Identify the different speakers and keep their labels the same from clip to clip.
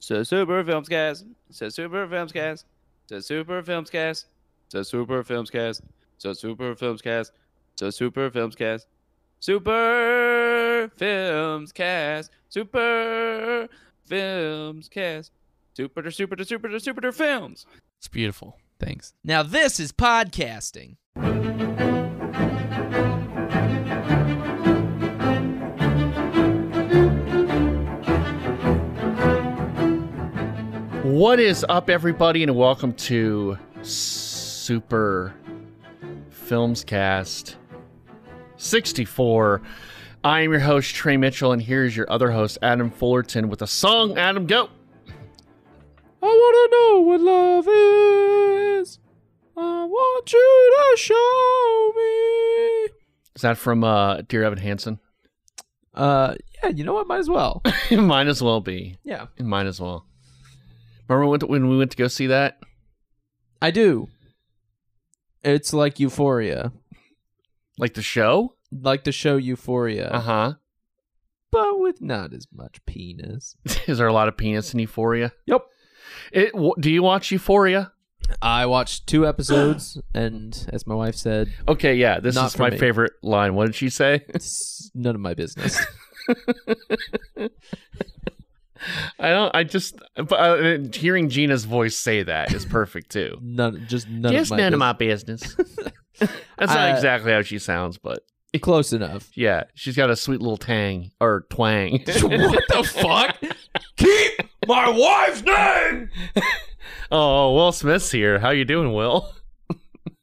Speaker 1: to Super Filmscast, to Super Filmscast, to Super Filmscast, to Super Filmscast, to Super Filmscast, to Super Filmscast, Super Filmscast, Super Filmscast, Super to Super to Super to Super to Films.
Speaker 2: It's beautiful. Thanks.
Speaker 3: Now this is podcasting.
Speaker 2: What is up, everybody, and welcome to Super Films Cast 64. I am your host, Trey Mitchell, and here's your other host, Adam Fullerton, with a song. Adam, go.
Speaker 1: I want to know what love is. I want you to show me.
Speaker 2: Is that from uh, Dear Evan Hansen?
Speaker 3: Uh, yeah, you know what? Might as well.
Speaker 2: It might as well be.
Speaker 3: yeah,
Speaker 2: It might as well. Remember when, when we went to go see that?
Speaker 3: I do. It's like Euphoria,
Speaker 2: Like the show?
Speaker 3: like the show Euphoria,
Speaker 2: Uh huh.
Speaker 3: but with not as much penis.
Speaker 2: Is there a lot of penis in Euphoria?
Speaker 3: Yep.
Speaker 2: It. W- do you watch Euphoria?
Speaker 3: I watched two episodes, and as my wife said,
Speaker 2: Okay, yeah. This
Speaker 3: Not
Speaker 2: is
Speaker 3: for
Speaker 2: my
Speaker 3: me.
Speaker 2: favorite line. What did she say?
Speaker 3: it's none of my business.
Speaker 2: I don't. I just. But uh, hearing Gina's voice say that is perfect too.
Speaker 3: None, just none
Speaker 2: Just
Speaker 3: of my.
Speaker 2: none of
Speaker 3: business.
Speaker 2: my business. That's not
Speaker 3: Uh,
Speaker 2: exactly how she sounds, but
Speaker 3: Close enough.
Speaker 2: yeah, she's got a sweet little tang or twang.
Speaker 3: what the fuck? Keep my wife's name.
Speaker 2: oh, Will Smith's here. How you doing, Will? Can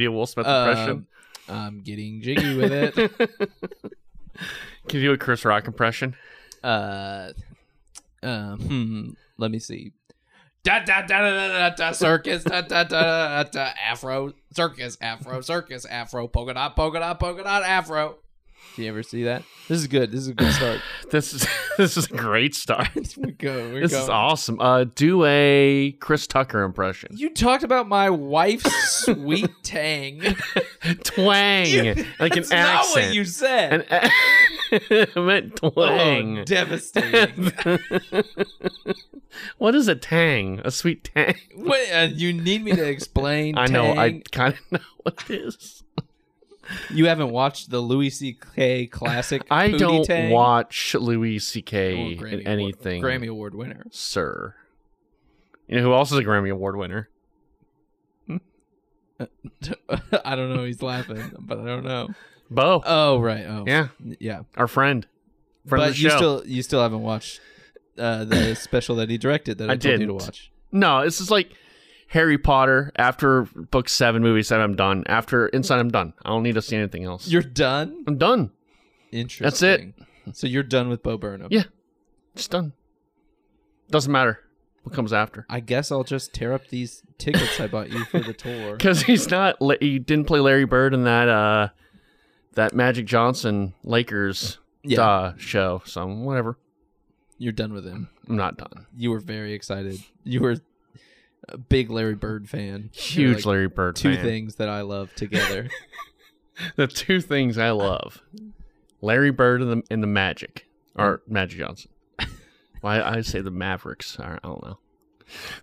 Speaker 2: you do a Will Smith impression?
Speaker 3: Um, I'm getting jiggy with it.
Speaker 2: Can you do a Chris Rock impression?
Speaker 3: uh, um, hmm, let me see. Da da da da da da, da circus da da da da da afro circus afro circus afro polka dot polka dot polka dot afro. Do you ever see that? This is good. This is a good start.
Speaker 2: This is this is a great start.
Speaker 3: we go. We
Speaker 2: This
Speaker 3: go.
Speaker 2: is awesome. Uh, do a Chris Tucker impression.
Speaker 3: You talked about my wife's sweet tang.
Speaker 2: Twang, like an
Speaker 3: That's not
Speaker 2: accent.
Speaker 3: what you said.
Speaker 2: An a- I meant twang.
Speaker 3: Oh, devastating.
Speaker 2: what is a tang? A sweet tang?
Speaker 3: Wait, uh, you need me to explain?
Speaker 2: I know. I
Speaker 3: Tang?
Speaker 2: kind of know what it is.
Speaker 3: You haven't watched the Louis C.K. classic.
Speaker 2: I
Speaker 3: Pootie
Speaker 2: don't
Speaker 3: Tang?
Speaker 2: watch Louis C.K.
Speaker 3: Or Grammy Award-
Speaker 2: in anything,
Speaker 3: Grammy Award winner.
Speaker 2: sir. You know who else is a Grammy Award winner?
Speaker 3: I don't know. He's laughing, but I don't know.
Speaker 2: Bo.
Speaker 3: Oh right. Oh
Speaker 2: yeah,
Speaker 3: yeah.
Speaker 2: our friend. Friend
Speaker 3: but
Speaker 2: of the
Speaker 3: you
Speaker 2: show.
Speaker 3: still you still haven't watched uh, the special that he directed that I,
Speaker 2: I
Speaker 3: told you to
Speaker 2: didn't.
Speaker 3: watch.
Speaker 2: No, this is like Harry Potter after book seven, movie seven. I'm done. After Inside, I'm done. I don't need to see anything else.
Speaker 3: You're done.
Speaker 2: I'm done.
Speaker 3: Interesting. That's it. So you're done with Bo Burnham.
Speaker 2: Yeah. It's done. Doesn't matter what comes after.
Speaker 3: I guess I'll just tear up these tickets I bought you for the tour.
Speaker 2: Because he's not. La- He didn't play Larry Bird in that uh, that Magic Johnson Lakers
Speaker 3: Yeah.
Speaker 2: uh, show. So whatever.
Speaker 3: You're done with him.
Speaker 2: I'm not done.
Speaker 3: You were very excited. You were a big Larry Bird fan. You're
Speaker 2: Huge
Speaker 3: like,
Speaker 2: Larry Bird.
Speaker 3: Two
Speaker 2: fan.
Speaker 3: things that I love together.
Speaker 2: The two things I love: Larry Bird and the and the Magic or Magic Johnson. Why I say the Mavericks? I I don't know.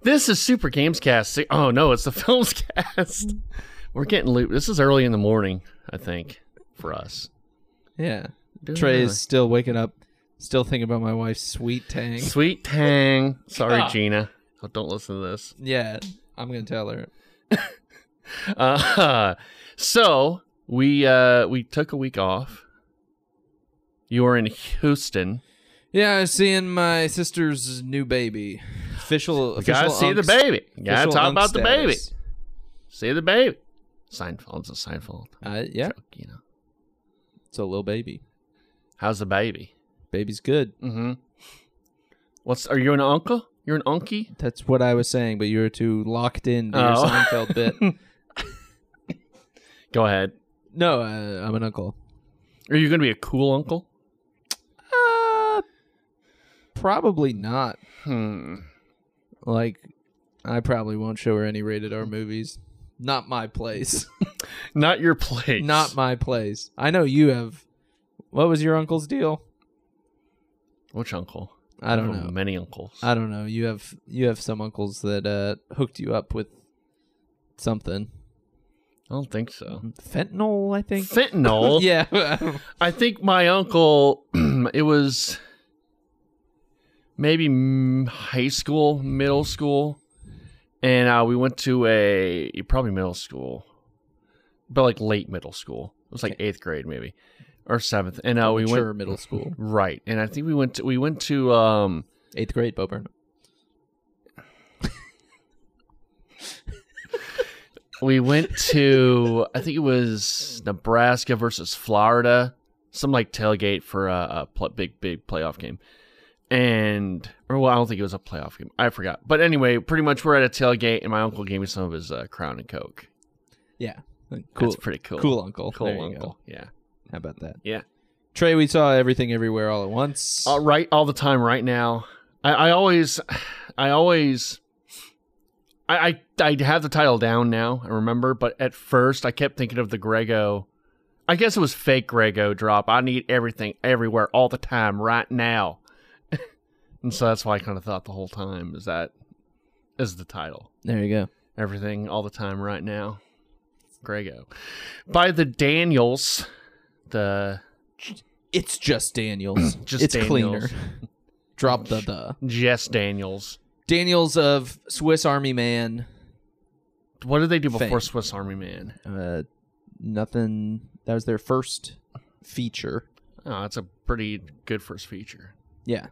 Speaker 2: This is Super Games Cast. si- Oh no, it's the Films Cast. We're getting loop. This is early in the morning, I think, for us.
Speaker 3: yeah.
Speaker 2: Doing
Speaker 3: Trey
Speaker 2: early.
Speaker 3: is still waking up, still thinking about my wife's sweet tang.
Speaker 2: sweet tang. Sorry,
Speaker 3: God.
Speaker 2: Gina. Oh, don't listen to this.
Speaker 3: Yeah, I'm gonna tell her.
Speaker 2: Uh, so we uh, we took a week off. You were in Houston.
Speaker 3: Yeah, I'm seeing my sister's new baby. Official,
Speaker 2: You
Speaker 3: official.
Speaker 2: gotta see the
Speaker 3: unks-
Speaker 2: baby. You gotta
Speaker 3: official
Speaker 2: talk
Speaker 3: unks
Speaker 2: about the baby.
Speaker 3: status.
Speaker 2: See the baby. Seinfeld's a Seinfeld
Speaker 3: Uh, yeah,
Speaker 2: joke, you know.
Speaker 3: it's a little baby.
Speaker 2: How's the baby?
Speaker 3: Baby's good.
Speaker 2: Mm-hmm. What's are you an uncle? You're an unkie?
Speaker 3: That's what I was saying, but you were too locked in to your
Speaker 2: Oh.
Speaker 3: Seinfeld bit.
Speaker 2: Go ahead.
Speaker 3: No, uh, I'm an uncle.
Speaker 2: Are you gonna be a cool uncle?
Speaker 3: Uh, probably not.
Speaker 2: Hmm.
Speaker 3: Like, I probably won't show her any rated R movies. Not my place.
Speaker 2: Not your place.
Speaker 3: not my place. I know you have. What was your uncle's deal?
Speaker 2: Which uncle?
Speaker 3: I don't
Speaker 2: have
Speaker 3: know.
Speaker 2: Many uncles.
Speaker 3: I don't know. You have you have some uncles that uh hooked you up with something.
Speaker 2: I don't think so.
Speaker 3: Fentanyl, I think.
Speaker 2: Fentanyl.
Speaker 3: yeah. I don't-
Speaker 2: I think my uncle, it was maybe mm, high school, middle school, and uh, we went to a probably middle school, but like late middle school. It was like eighth grade maybe or seventh, and uh, we
Speaker 3: Mature
Speaker 2: went
Speaker 3: middle school.
Speaker 2: right, and I think we went to, we went to um
Speaker 3: Eighth grade, Bo Burnham.
Speaker 2: we went to I think it was Nebraska versus Florida, some like tailgate for a, a pl- big big playoff game, and or well I don't think it was a playoff game I forgot. But anyway, pretty much we're at a tailgate and my uncle gave me some of his uh, Crown and Coke.
Speaker 3: Yeah. Cool.
Speaker 2: That's pretty cool.
Speaker 3: Cool uncle.
Speaker 2: cool
Speaker 3: There you
Speaker 2: uncle. Yeah,
Speaker 3: go. How about that?
Speaker 2: yeah.
Speaker 3: Trey, we saw everything everywhere all at once.
Speaker 2: All Uh, right, all the time right now. I, I always, I always. I, I, I have the title down now, I remember, but at first I kept thinking of the Grego I guess it was fake Grego drop. I need everything, everywhere, all the time, right now. and so that's why I kind of thought the whole time is that is the title.
Speaker 3: There you go.
Speaker 2: Everything, all the time, right now. Grego. By the Daniels, the
Speaker 3: It's just Daniels.
Speaker 2: Just
Speaker 3: it's
Speaker 2: Daniels.
Speaker 3: cleaner. Drop the the
Speaker 2: Jess Daniels.
Speaker 3: Daniels of Swiss Army Man.
Speaker 2: What did they do before
Speaker 3: Fame.
Speaker 2: Swiss Army Man?
Speaker 3: Uh, nothing. That was their first feature.
Speaker 2: Oh, that's a pretty good first feature.
Speaker 3: Yeah.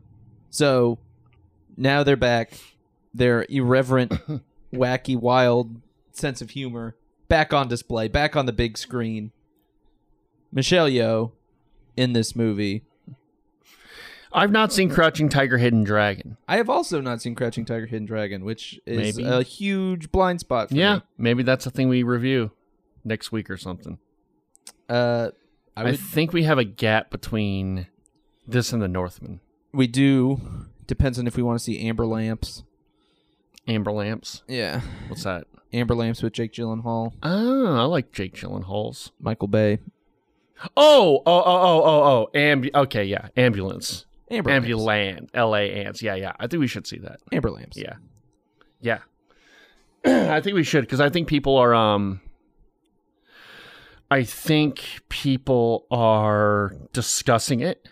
Speaker 3: So now they're back. Their irreverent, wacky, wild sense of humor back on display, back on the big screen. Michelle Yeoh in this movie.
Speaker 2: I've not seen Crouching Tiger, Hidden Dragon.
Speaker 3: I have also not seen Crouching Tiger, Hidden Dragon, which is
Speaker 2: Maybe.
Speaker 3: a huge blind spot for
Speaker 2: Yeah,
Speaker 3: me.
Speaker 2: maybe that's a thing we review next week or something.
Speaker 3: Uh, I
Speaker 2: I,
Speaker 3: would,
Speaker 2: think we have a gap between this and The Northman.
Speaker 3: we do. Depends on if we want to see Amber Lamps.
Speaker 2: Amber Lamps.
Speaker 3: Yeah.
Speaker 2: What's that?
Speaker 3: Amber Lamps with Jake Gyllenhaal,
Speaker 2: Oh, I like Jake Gyllenhaal's.
Speaker 3: Michael Bay.
Speaker 2: Oh, oh, oh, oh, oh, oh. Ambu- okay, yeah. Ambulance.
Speaker 3: Amber Lamps.
Speaker 2: Ambulant. L.A. Ants. Yeah, yeah. I think we should see that.
Speaker 3: Amber Lamps.
Speaker 2: Yeah. Yeah. I think we should because I think people are um I think people are discussing it.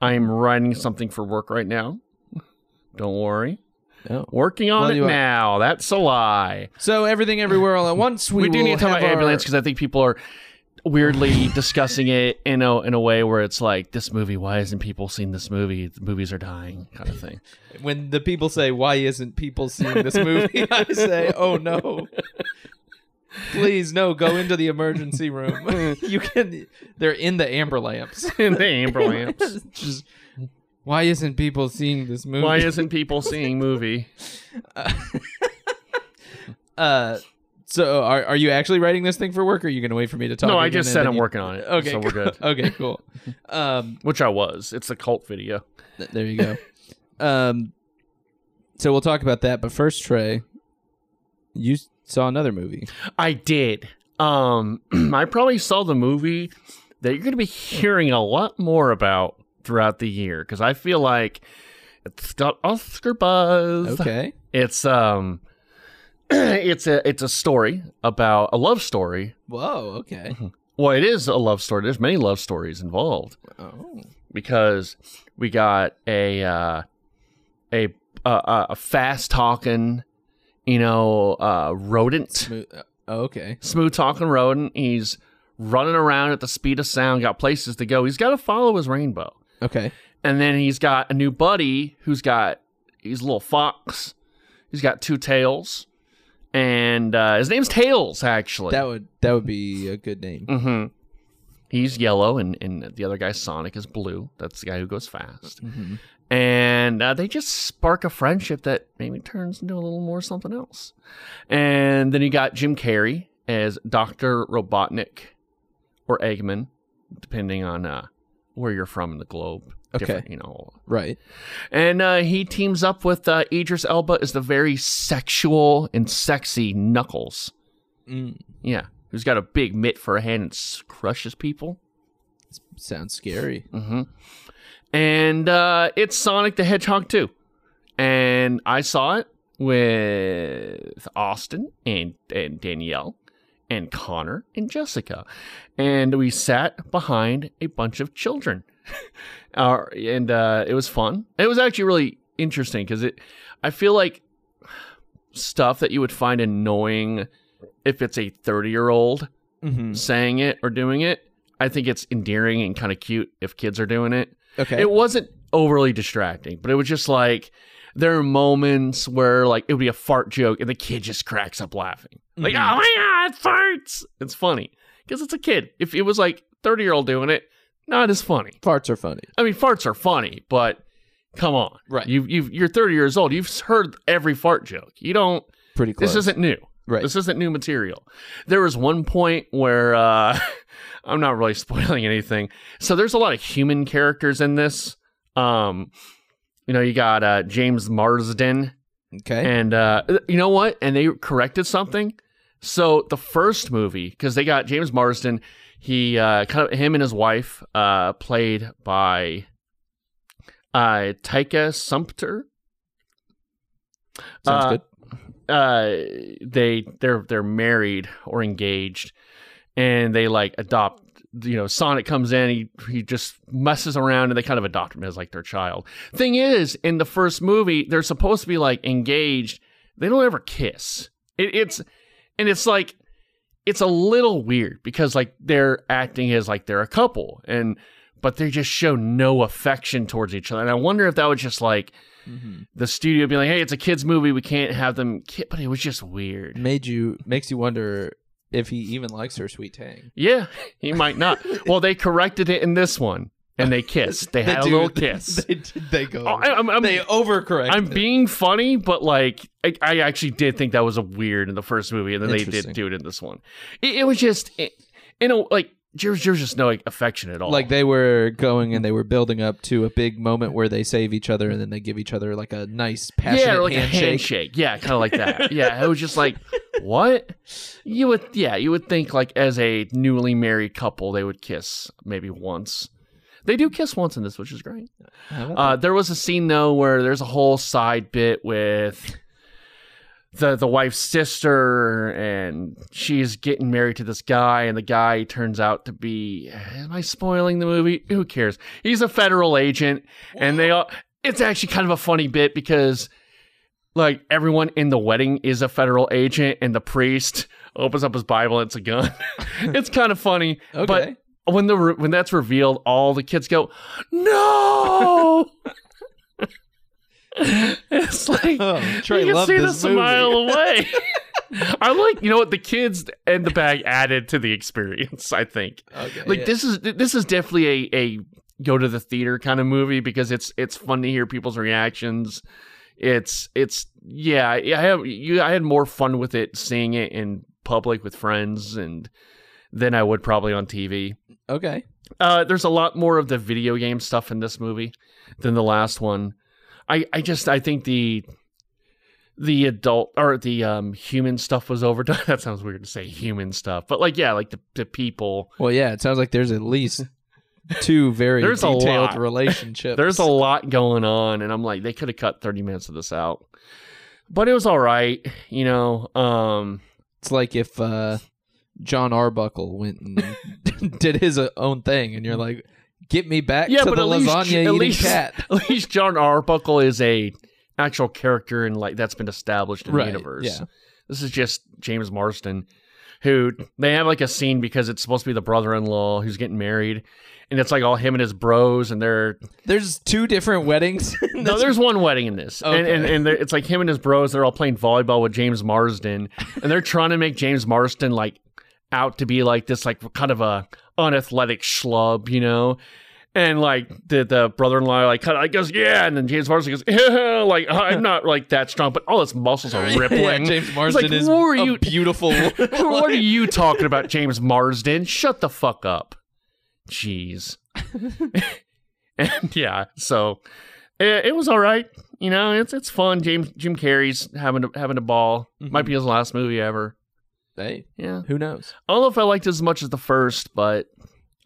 Speaker 2: I'm writing something for work right now. Don't worry.
Speaker 3: Oh.
Speaker 2: Working on
Speaker 3: Well,
Speaker 2: it
Speaker 3: you are-
Speaker 2: now. That's a lie.
Speaker 3: So everything everywhere all at once. We,
Speaker 2: We, do
Speaker 3: will
Speaker 2: need to talk
Speaker 3: have
Speaker 2: about
Speaker 3: our-
Speaker 2: ambulance because I think people are weirdly discussing it in a in a way where it's like this movie. Why isn't people seeing this movie? The movies are dying, kind of thing.
Speaker 3: When the people say, "Why isn't people seeing this movie?" I say, "Oh no." Please no, go into the emergency room. you can they're in the amber lamps.
Speaker 2: in the amber lamps.
Speaker 3: Just why isn't people seeing this movie?
Speaker 2: Why isn't people seeing movie?
Speaker 3: uh so are, are you actually writing this thing for work or are you going to wait for me to talk?
Speaker 2: No, I
Speaker 3: again
Speaker 2: just
Speaker 3: and
Speaker 2: said
Speaker 3: then
Speaker 2: I'm
Speaker 3: you-
Speaker 2: working on it.
Speaker 3: Okay.
Speaker 2: so we're
Speaker 3: cool.
Speaker 2: good.
Speaker 3: okay, cool. Um
Speaker 2: Which I was. It's a cult video.
Speaker 3: Th- There you go. um, so we'll talk about that. But first, Trey, you s- saw another movie.
Speaker 2: I did. Um, I probably saw the movie that you're going to be hearing a lot more about throughout the year because I feel like it's got Oscar buzz.
Speaker 3: Okay.
Speaker 2: It's um, it's a it's a story about a love story.
Speaker 3: Whoa. Okay.
Speaker 2: Mm-hmm. Well, it is a love story. There's many love stories involved.
Speaker 3: Oh.
Speaker 2: because we got a uh, a uh, a fast talking, you know, uh, rodent,
Speaker 3: Mo- uh, Okay.
Speaker 2: smooth talking rodent. He's running around at the speed of sound. Got places to go. He's got to follow his rainbow,
Speaker 3: Okay.
Speaker 2: and then he's got a new buddy who's got he's a little fox. He's got two tails, and uh, his name's Tails actually.
Speaker 3: That would that would be a good name.
Speaker 2: hmm He's yellow, and, and the other guy, Sonic, is blue. That's the guy who goes fast
Speaker 3: Mhm.
Speaker 2: and uh, they just spark a friendship that maybe turns into a little more something else. And then you got Jim Carrey as Doctor Robotnik or Eggman, depending on uh, where you're from in the globe.
Speaker 3: Okay.
Speaker 2: Different, you know.
Speaker 3: Right.
Speaker 2: And uh, he teams up with uh, Idris Elba as the very sexual and sexy Knuckles.
Speaker 3: Mm.
Speaker 2: Yeah, who's got a big mitt for a hand and s- crushes people.
Speaker 3: Sounds scary.
Speaker 2: hmm and uh, it's Sonic the Hedgehog 2. And I saw it with Austin and, and Danielle and Connor and Jessica. And we sat behind a bunch of children. Our- and uh, it was fun. It was actually really interesting because it, I feel like stuff that you would find annoying if it's a 30 year old
Speaker 3: Mm-hmm.
Speaker 2: saying it or doing it. I think it's endearing and kind of cute if kids are doing it.
Speaker 3: Okay.
Speaker 2: It wasn't overly distracting, but it was just like there are moments where like it would be a fart joke and the kid just cracks up laughing. Like,
Speaker 3: Mhm.
Speaker 2: oh my god, it farts. It's funny. Because it's a kid. If it was like 30 year old doing it, not as funny.
Speaker 3: Farts are funny.
Speaker 2: I mean, farts are funny, but come on.
Speaker 3: Right.
Speaker 2: You you you're 30 years old. You've heard every fart joke. You don't
Speaker 3: Pretty close.
Speaker 2: this isn't new.
Speaker 3: right.
Speaker 2: This isn't new material. There was one point where uh, I'm not really spoiling anything. So there's a lot of human characters in this. Um, you know, you got uh, James Marsden,
Speaker 3: okay.
Speaker 2: and uh, you know what? And they corrected something. So the first movie, because they got James Marsden, he uh, kind of him and his wife, uh, played by uh, Taika Sumpter.
Speaker 3: Sounds
Speaker 2: uh,
Speaker 3: good.
Speaker 2: Uh, they they're they're married or engaged and they like adopt you know sonic comes in he he just messes around and they kind of adopt him as like their child thing is in the first movie they're supposed to be like engaged they don't ever kiss it, it's and it's like it's a little weird because like they're acting as like they're a couple and but they just show no affection towards each other and i wonder if that was just like
Speaker 3: Mhm.
Speaker 2: the studio being like, "Hey, it's a kids movie. We can't have them." Ki-. But it was just weird.
Speaker 3: Made you makes you wonder if he even likes her sweet tang.
Speaker 2: Yeah, he might not. well, they corrected it in this one, and they kissed. They had a
Speaker 3: do-
Speaker 2: little kiss.
Speaker 3: They, did- they go.
Speaker 2: Oh, I, am I'm,
Speaker 3: they overcorrect.
Speaker 2: I'm
Speaker 3: it.
Speaker 2: being funny, but like, I, I actually did think that was a weird in the first movie, and then they did
Speaker 3: Interesting.
Speaker 2: do it in this one. It, it was just, it, you know, like there was, there was just no like, affection at all.
Speaker 3: like they were going and they were building up to a big moment where they save each other and then they give each other like a nice passionate
Speaker 2: yeah, like
Speaker 3: handshake.
Speaker 2: a handshake. Yeah, kind of like that. yeah, it was just like, what? You would, yeah, you would think like as a newly married couple, they would kiss maybe once. They do kiss once in this, which is great.
Speaker 3: How about
Speaker 2: Uh, there was a scene though where there's a whole side bit with the the wife's sister, and she's getting married to this guy, and the guy turns out to be. Am I spoiling the movie? Who cares? He's a federal agent, and they all. It's actually kind of a funny bit because. Like everyone in the wedding is a federal agent, and the priest opens up his Bible. and It's a gun. it's kind of funny,
Speaker 3: that? Okay.
Speaker 2: Uh, but when the re- when that's revealed, all the kids go, "No!" it's like
Speaker 3: Oh, Trey
Speaker 2: you can
Speaker 3: loved
Speaker 2: see
Speaker 3: this
Speaker 2: this a
Speaker 3: movie.
Speaker 2: mile away. I like you know what the kids and the bag added to the experience. I think
Speaker 3: okay,
Speaker 2: like
Speaker 3: yeah.
Speaker 2: this is this is definitely a a go to the theater kind of movie because it's it's fun to hear people's reactions. It's it's yeah I have you I had more fun with it seeing it in public with friends and than I would probably on TV.
Speaker 3: Okay.
Speaker 2: Uh, there's a lot more of the video game stuff in this movie than the last one. I, I just I think the the adult or the um human stuff was overdone. that sounds weird to say human stuff, but like yeah, like the, the people.
Speaker 3: Well, yeah. It sounds like there's at least two very
Speaker 2: There's a
Speaker 3: detailed
Speaker 2: lot.
Speaker 3: relationships.
Speaker 2: There's a lot going on, and I'm like they could have cut 30 minutes of this out, but it was all right. You know, um,
Speaker 3: It's like if uh, John Arbuckle went and did his uh, own thing, and you're like, "Get me back
Speaker 2: Yeah,
Speaker 3: to
Speaker 2: but
Speaker 3: the
Speaker 2: at least-
Speaker 3: lasagna
Speaker 2: at
Speaker 3: eating
Speaker 2: least-
Speaker 3: cat."
Speaker 2: at least John Arbuckle is a actual character and like that's been established in
Speaker 3: Right,
Speaker 2: the universe.
Speaker 3: yeah.
Speaker 2: This is just James Marston, who they have like a scene because it's supposed to be the brother-in-law who's getting married, and it's like all him and his bros, and they're
Speaker 3: There's two different weddings.
Speaker 2: no, there's one wedding in this, and and,
Speaker 3: Okay.
Speaker 2: and they're- it's like him and his bros. They're all playing volleyball with James Marsden, and they're trying to make James Marsden like out to be like this like kind of a unathletic schlub, you know. And like the the brother in law like kind of like goes yeah, and then James Marsden goes yeah, like I'm not like that strong, but all his muscles are
Speaker 3: yeah,
Speaker 2: rippling.
Speaker 3: James Marsden
Speaker 2: like,
Speaker 3: is
Speaker 2: "What were
Speaker 3: a
Speaker 2: you-
Speaker 3: beautiful.
Speaker 2: what are you talking about, James Marsden? Shut the fuck up. Jeez. and yeah, so it, it was all right. You know, it's it's fun. James Jim Carrey's having a, having a ball. Might be his last movie ever.
Speaker 3: Hey,
Speaker 2: Yeah,
Speaker 3: who knows?
Speaker 2: I don't know if I liked it as much as the first, but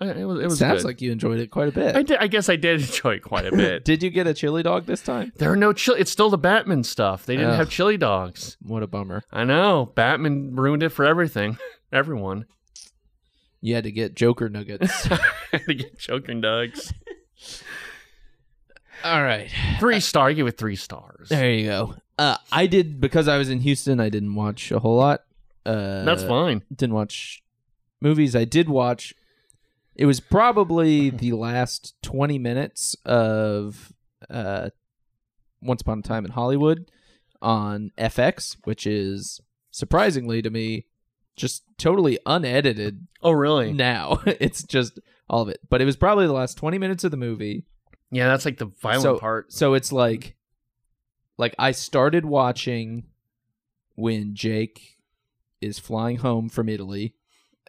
Speaker 2: I- It was. It was
Speaker 3: Sounds
Speaker 2: good.
Speaker 3: like you enjoyed it quite a bit.
Speaker 2: I did. I guess I did enjoy it quite a bit.
Speaker 3: Did you get a chili dog this time?
Speaker 2: there are no chili. It's still the Batman stuff. They didn't
Speaker 3: Ugh.
Speaker 2: have chili dogs.
Speaker 3: What a bummer.
Speaker 2: I know. Batman ruined it for everything. Everyone
Speaker 3: You had to get Joker nuggets.
Speaker 2: to get choking dogs.
Speaker 3: All right.
Speaker 2: Three star. I give it three stars.
Speaker 3: There you go. Uh, I did because I was in Houston. I didn't watch a whole lot. Uh,
Speaker 2: That's fine.
Speaker 3: Didn't watch movies. I did watch. It was probably the last twenty minutes of uh, Once Upon a Time in Hollywood on FX, which is surprisingly to me just totally unedited
Speaker 2: Oh really?
Speaker 3: now. it's just all of it. But it was probably the last 20 minutes of the movie.
Speaker 2: Yeah, that's like the violent
Speaker 3: So-
Speaker 2: part.
Speaker 3: So it's like like I started watching when Jake is flying home from Italy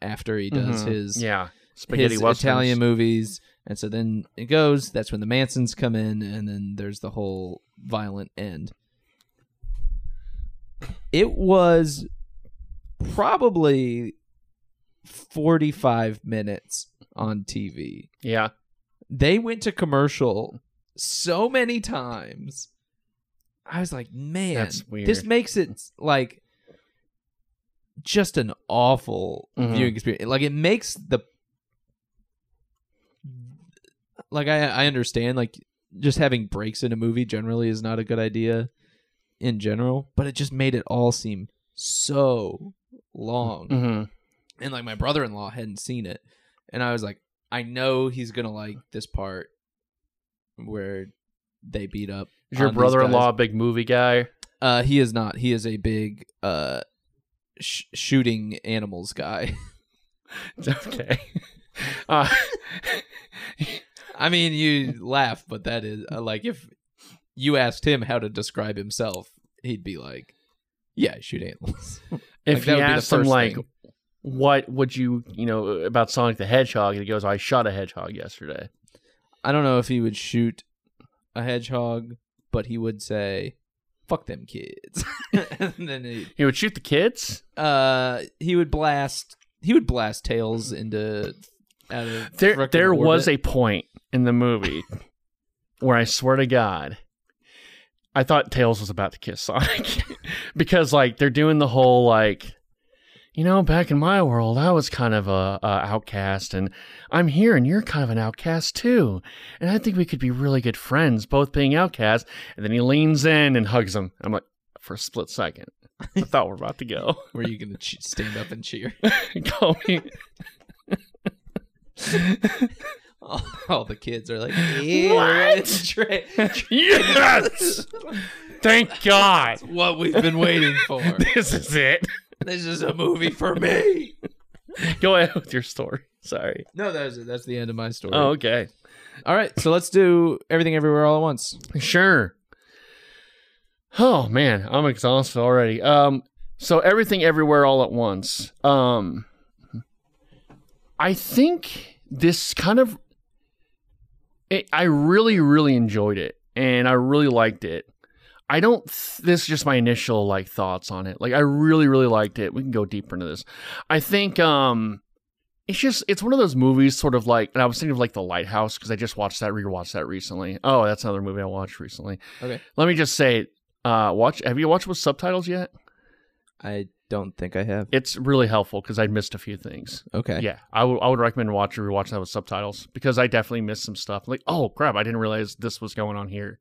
Speaker 3: after he does
Speaker 2: Mhm.
Speaker 3: his
Speaker 2: yeah spaghetti
Speaker 3: his
Speaker 2: westerns.
Speaker 3: Italian movies. And so then it goes, that's when the Mansons come in and then there's the whole violent end. It was probably 45 minutes on TV
Speaker 2: Yeah,
Speaker 3: they went to commercial so many times. I was like, man,
Speaker 2: That's
Speaker 3: this
Speaker 2: weird.
Speaker 3: makes it like just an awful
Speaker 2: Mhm.
Speaker 3: viewing experience. Like it makes the like I I understand like just having breaks in a movie generally is not a good idea in general, but it just made it all seem so long
Speaker 2: hmm
Speaker 3: and like my brother-in-law hadn't seen it and i was like i know he's gonna like this part where they beat up
Speaker 2: is
Speaker 3: on
Speaker 2: your
Speaker 3: these
Speaker 2: brother-in-law
Speaker 3: guys.
Speaker 2: a big movie guy?
Speaker 3: uh he is not he is a big uh sh- shooting animals guy
Speaker 2: okay. Uh,
Speaker 3: i mean you laugh but that is uh, like if you asked him how to describe himself he'd be like yeah I shoot animals Like, that would be
Speaker 2: if you
Speaker 3: the
Speaker 2: asked him
Speaker 3: first
Speaker 2: like
Speaker 3: thing.
Speaker 2: what would you you know about sonic the hedgehog and he goes i shot a hedgehog yesterday
Speaker 3: i don't know if he would shoot a hedgehog but he would say fuck them kids and then he
Speaker 2: he would shoot the kids
Speaker 3: uh he would blast he would blast tails into out of
Speaker 2: there
Speaker 3: frickin'
Speaker 2: there was
Speaker 3: orbit.
Speaker 2: a point in the movie where i swear to god i thought tails was about to kiss sonic because like they're doing the whole like you know back in my world i was kind of a, a outcast and i'm here and you're kind of an outcast too and i think we could be really good friends both being outcasts and then he leans in and hugs him i'm like for a split second i thought we're about to go
Speaker 3: were you gonna che- stand up and cheer
Speaker 2: call me
Speaker 3: all, all the kids are like "Yeah,
Speaker 2: What?
Speaker 3: it's Dre-
Speaker 2: yes thank god
Speaker 3: what we've been waiting for
Speaker 2: this is it.
Speaker 3: this is a movie for me
Speaker 2: Go ahead with your story. Sorry.
Speaker 3: no that's it that's the end of my story
Speaker 2: Oh, okay.
Speaker 3: all right so let's do everything everywhere all at once
Speaker 2: Sure. Oh man, I'm exhausted already. Um, so everything everywhere all at once. Um, I think this kind of, it, I really, really enjoyed it, and I really liked it. I don't. Th- this is just my initial like thoughts on it. Like I really, really liked it. We can go deeper into this. I think um, it's just it's one of those movies, sort of like, and I was thinking of like The Lighthouse because I just watched that, rewatched that recently. Oh, that's another movie I watched recently.
Speaker 3: Okay.
Speaker 2: Let me just say, uh, watch. Have you watched with subtitles yet?
Speaker 3: i don't think i have
Speaker 2: It's really helpful because I missed a few things.
Speaker 3: okay
Speaker 2: Yeah, I would I would recommend watching rewatching that with subtitles because I definitely missed some stuff. Like, oh crap, I didn't realize this was going on here.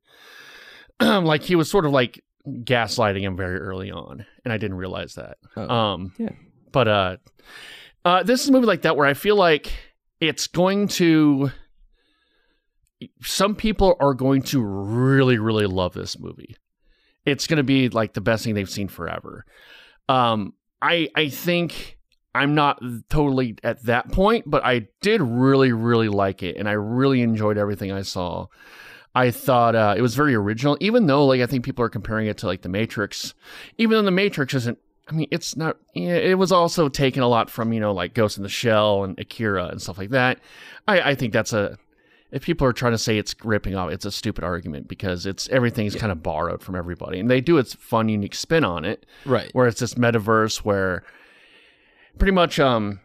Speaker 2: like he was sort of like gaslighting him very early on, and I didn't realize that.
Speaker 3: Oh.
Speaker 2: Um,
Speaker 3: Yeah.
Speaker 2: But uh, uh, this is a movie like that where I feel like it's going to. Some people are going to really, really love this movie. It's going to be like the best thing they've seen forever. Um, I I think I'm not totally at that point, but I did really, really like it, and I really enjoyed everything I saw. I thought uh, it was very original, even though like I think people are comparing it to like The Matrix, even though The Matrix isn't. I mean, it's not. yeah, It was also taken a lot from you know like Ghost in the Shell and Akira and stuff like that. I, I think that's a. If people are trying to say it's ripping off, it's a stupid argument because it's everything's kind of borrowed from everybody, and they do its fun, unique spin on it
Speaker 3: right
Speaker 2: where it's this metaverse where pretty much um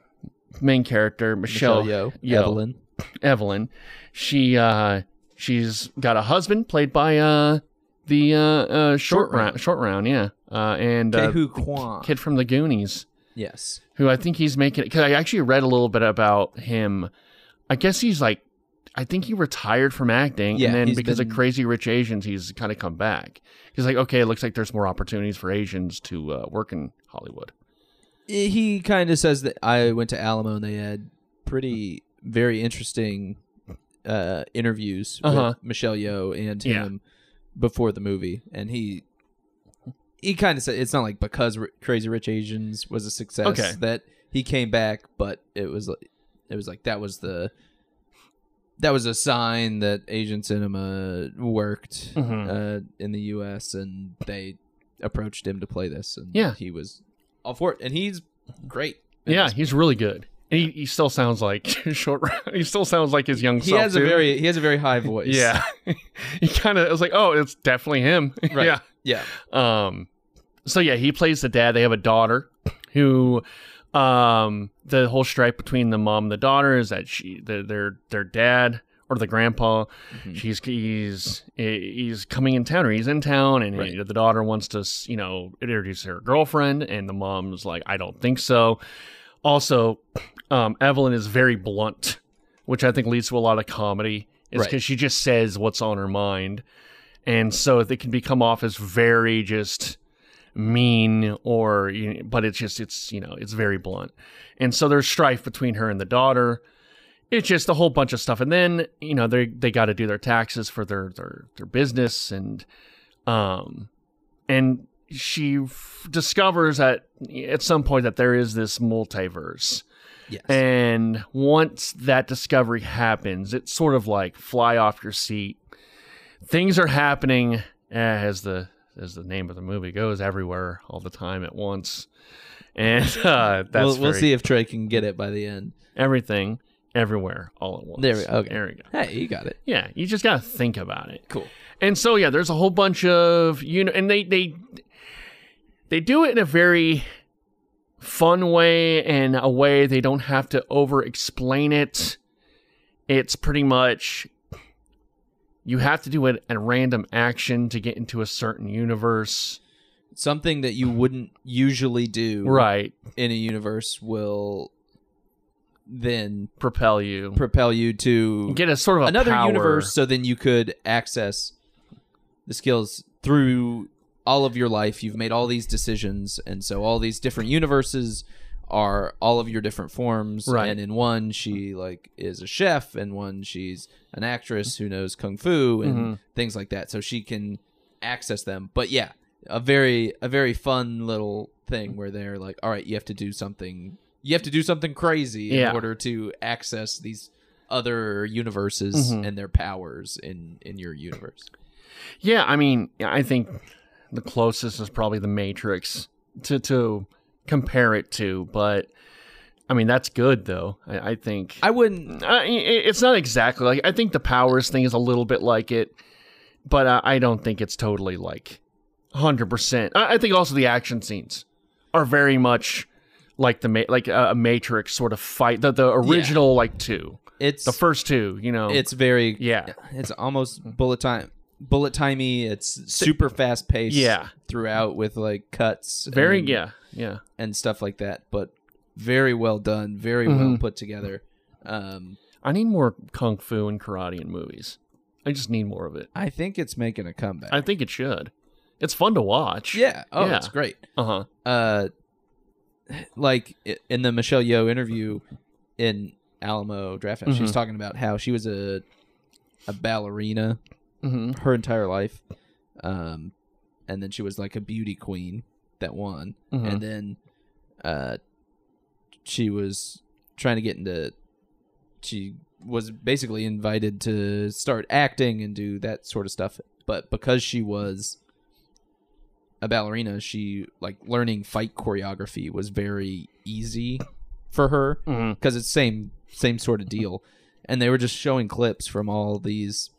Speaker 2: main character Michelle,
Speaker 3: Yo,
Speaker 2: Yeoh.
Speaker 3: Evelyn.
Speaker 2: Evelyn, she uh she's got a husband played by uh the uh, uh short,
Speaker 3: Short
Speaker 2: round,
Speaker 3: Round.
Speaker 2: short round yeah uh and uh,
Speaker 3: Kehu Kwan.
Speaker 2: kid from the Goonies
Speaker 3: Yes.
Speaker 2: who I think he's making because I actually read a little bit about him. I guess he's like, I think he retired from acting,
Speaker 3: Yeah,
Speaker 2: and then
Speaker 3: he's
Speaker 2: because
Speaker 3: been-
Speaker 2: of Crazy Rich Asians, he's kind of come back. He's like, okay, it looks like there's more opportunities for Asians to uh, work in Hollywood.
Speaker 3: Eh, He kind of says that I went to Alamo and they had pretty very interesting uh, interviews
Speaker 2: Uh-huh.
Speaker 3: with Michelle Yeoh and
Speaker 2: Yeah.
Speaker 3: him before the movie, and he he kind of said it's not like because R- Crazy Rich Asians was a success
Speaker 2: Okay.
Speaker 3: that he came back, but it was like it was like that was the that was a sign that Asian cinema worked
Speaker 2: Mhm.
Speaker 3: uh, in the U.S. and they approached him to play this, and
Speaker 2: Yeah.
Speaker 3: he was all for it, and he's great. in
Speaker 2: yeah,
Speaker 3: this.
Speaker 2: he's really good. And he, he still sounds like short. Round- He still sounds like his young
Speaker 3: he
Speaker 2: self.
Speaker 3: has a
Speaker 2: too.
Speaker 3: very he has a very high voice.
Speaker 2: yeah. he kind of I was like, oh, it's definitely him.
Speaker 3: Right.
Speaker 2: yeah.
Speaker 3: yeah.
Speaker 2: Um, so yeah, he plays the dad. They have a daughter who, um, the whole strife between the mom and the daughter is that she, the, their, their dad or the grandpa,
Speaker 3: Mhm.
Speaker 2: she's he's he's coming in town or he's in town, and
Speaker 3: Right.
Speaker 2: the daughter wants to you know introduce her girlfriend, and the mom's like, I don't think so. Also, um, Evelyn is very blunt, which I think leads to a lot of comedy. Is
Speaker 3: Right.
Speaker 2: because she just says what's on her mind, and so it can become off as very just mean or you know, but it's just it's you know it's very blunt and so there's strife between her and the daughter it's just a whole bunch of stuff and then you know they they got to do their taxes for their their their business and um and she f- discovers that at some point that there is this multiverse
Speaker 3: Yes.
Speaker 2: and once that discovery happens it's sort of like fly off your seat things are happening eh, as the as the name of the movie goes everywhere all the time at once and uh that's
Speaker 3: we'll, we'll
Speaker 2: very-
Speaker 3: see if Trey can get it by the end.
Speaker 2: everything everywhere all at once
Speaker 3: There we- okay.
Speaker 2: there we go
Speaker 3: Hey, you got it.
Speaker 2: yeah you just gotta think about it
Speaker 3: Cool.
Speaker 2: and so yeah, there's a whole bunch of you know, and they they they do it in a very fun way and a way they don't have to over explain it. It's pretty much you have to do it a random action to get into a certain universe,
Speaker 3: Something that you wouldn't usually do
Speaker 2: right?
Speaker 3: in a universe will then
Speaker 2: Propel you,
Speaker 3: propel you to
Speaker 2: get a sort of a
Speaker 3: another
Speaker 2: power.
Speaker 3: universe so then you could access the skills through all of your life you've made all these decisions and so all these different universes are all of your different forms
Speaker 2: Right.
Speaker 3: and in one she like is a chef and one she's an actress who knows kung fu and
Speaker 2: Mm-hmm.
Speaker 3: things like that so she can access them but yeah a very a very fun little thing where they're like all right you have to do something you have to do something crazy
Speaker 2: Yeah.
Speaker 3: in order to access these other universes
Speaker 2: Mhm.
Speaker 3: and their powers in in your universe.
Speaker 2: Yeah, I mean, I think the closest is probably the Matrix to to compare it to, but I mean that's good though. I, I think
Speaker 3: I wouldn't.
Speaker 2: I- i- it's not exactly like I think the powers thing is a little bit like it, but uh, I don't think it's totally like hundred percent. I I think also the action scenes are very much like the ma- like a, a Matrix sort of fight the the original like two
Speaker 3: It's
Speaker 2: the first two you know
Speaker 3: it's very
Speaker 2: yeah
Speaker 3: It's almost bullet time, bullet timey. It's super fast paced.
Speaker 2: Yeah.
Speaker 3: throughout with like cuts.
Speaker 2: very
Speaker 3: and,
Speaker 2: yeah yeah
Speaker 3: and stuff like that. But very well done. Very well
Speaker 2: Mhm.
Speaker 3: put together. Um,
Speaker 2: I need more kung fu and karate in movies. I just need more of it.
Speaker 3: I think it's making a comeback.
Speaker 2: I think it should. It's fun to watch.
Speaker 3: yeah. Oh,
Speaker 2: Yeah.
Speaker 3: it's great.
Speaker 2: Uh huh.
Speaker 3: uh like i- in the Michelle Yeoh interview in Alamo Draft House, she was
Speaker 2: Mhm.
Speaker 3: talking about how she was a a ballerina
Speaker 2: Mm-hmm.
Speaker 3: her entire life, um, and then she was like a beauty queen that won,
Speaker 2: Mhm.
Speaker 3: and then uh, she was trying to get into she was basically invited to start acting and do that sort of stuff, but because she was a ballerina, she like learning fight choreography was very easy for her
Speaker 2: Mm-hmm.
Speaker 3: because it's same same sort of deal and they were just showing clips from all these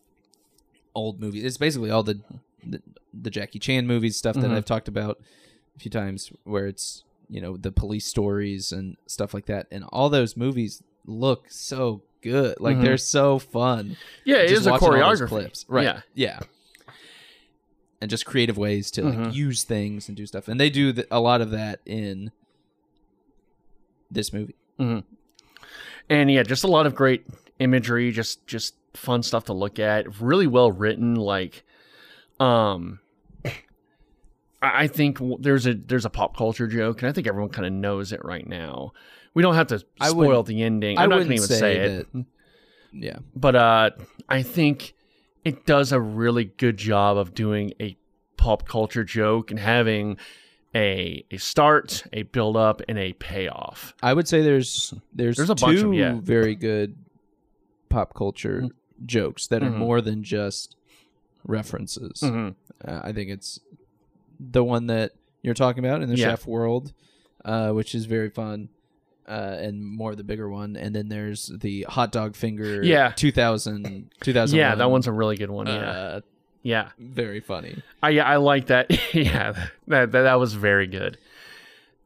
Speaker 3: old movies it's basically all the the, the jackie chan movies stuff that
Speaker 2: Mhm.
Speaker 3: i've talked about a few times where it's you know the police stories and stuff like that. And all those movies look so good. Like
Speaker 2: Mhm.
Speaker 3: they're so fun.
Speaker 2: Yeah, it
Speaker 3: Just
Speaker 2: is a
Speaker 3: watching all those
Speaker 2: choreography.
Speaker 3: clips. right?
Speaker 2: Yeah.
Speaker 3: Yeah. and just creative ways to like
Speaker 2: Mhm.
Speaker 3: use things and do stuff. And they do th- a lot of that in this movie.
Speaker 2: and yeah just a lot of great imagery just just fun stuff to look at really well written like um i I think w- there's a there's a pop culture joke and i think everyone kind of knows it right now we don't have to
Speaker 3: I
Speaker 2: spoil
Speaker 3: wouldn't-
Speaker 2: the ending
Speaker 3: I
Speaker 2: i'm not gonna
Speaker 3: wouldn't
Speaker 2: even say,
Speaker 3: say
Speaker 2: it
Speaker 3: Yeah,
Speaker 2: but uh i think it does a really good job of doing a pop culture joke and having a a start a build up and a payoff
Speaker 3: I would say there's there's,
Speaker 2: There's a
Speaker 3: two
Speaker 2: bunch of 'em, yeah.
Speaker 3: very good pop culture jokes that are
Speaker 2: Mhm.
Speaker 3: more than just references.
Speaker 2: Mhm.
Speaker 3: Uh, I think it's the one that you're talking about in the
Speaker 2: Yeah.
Speaker 3: chef world, uh, which is very fun. Uh, and more of the bigger one, and then there's the hot dog finger.
Speaker 2: Yeah.
Speaker 3: 2000, 2001.
Speaker 2: yeah that one's a really good one yeah
Speaker 3: uh,
Speaker 2: yeah
Speaker 3: very funny.
Speaker 2: I yeah, I like that. yeah, that, that that was very good.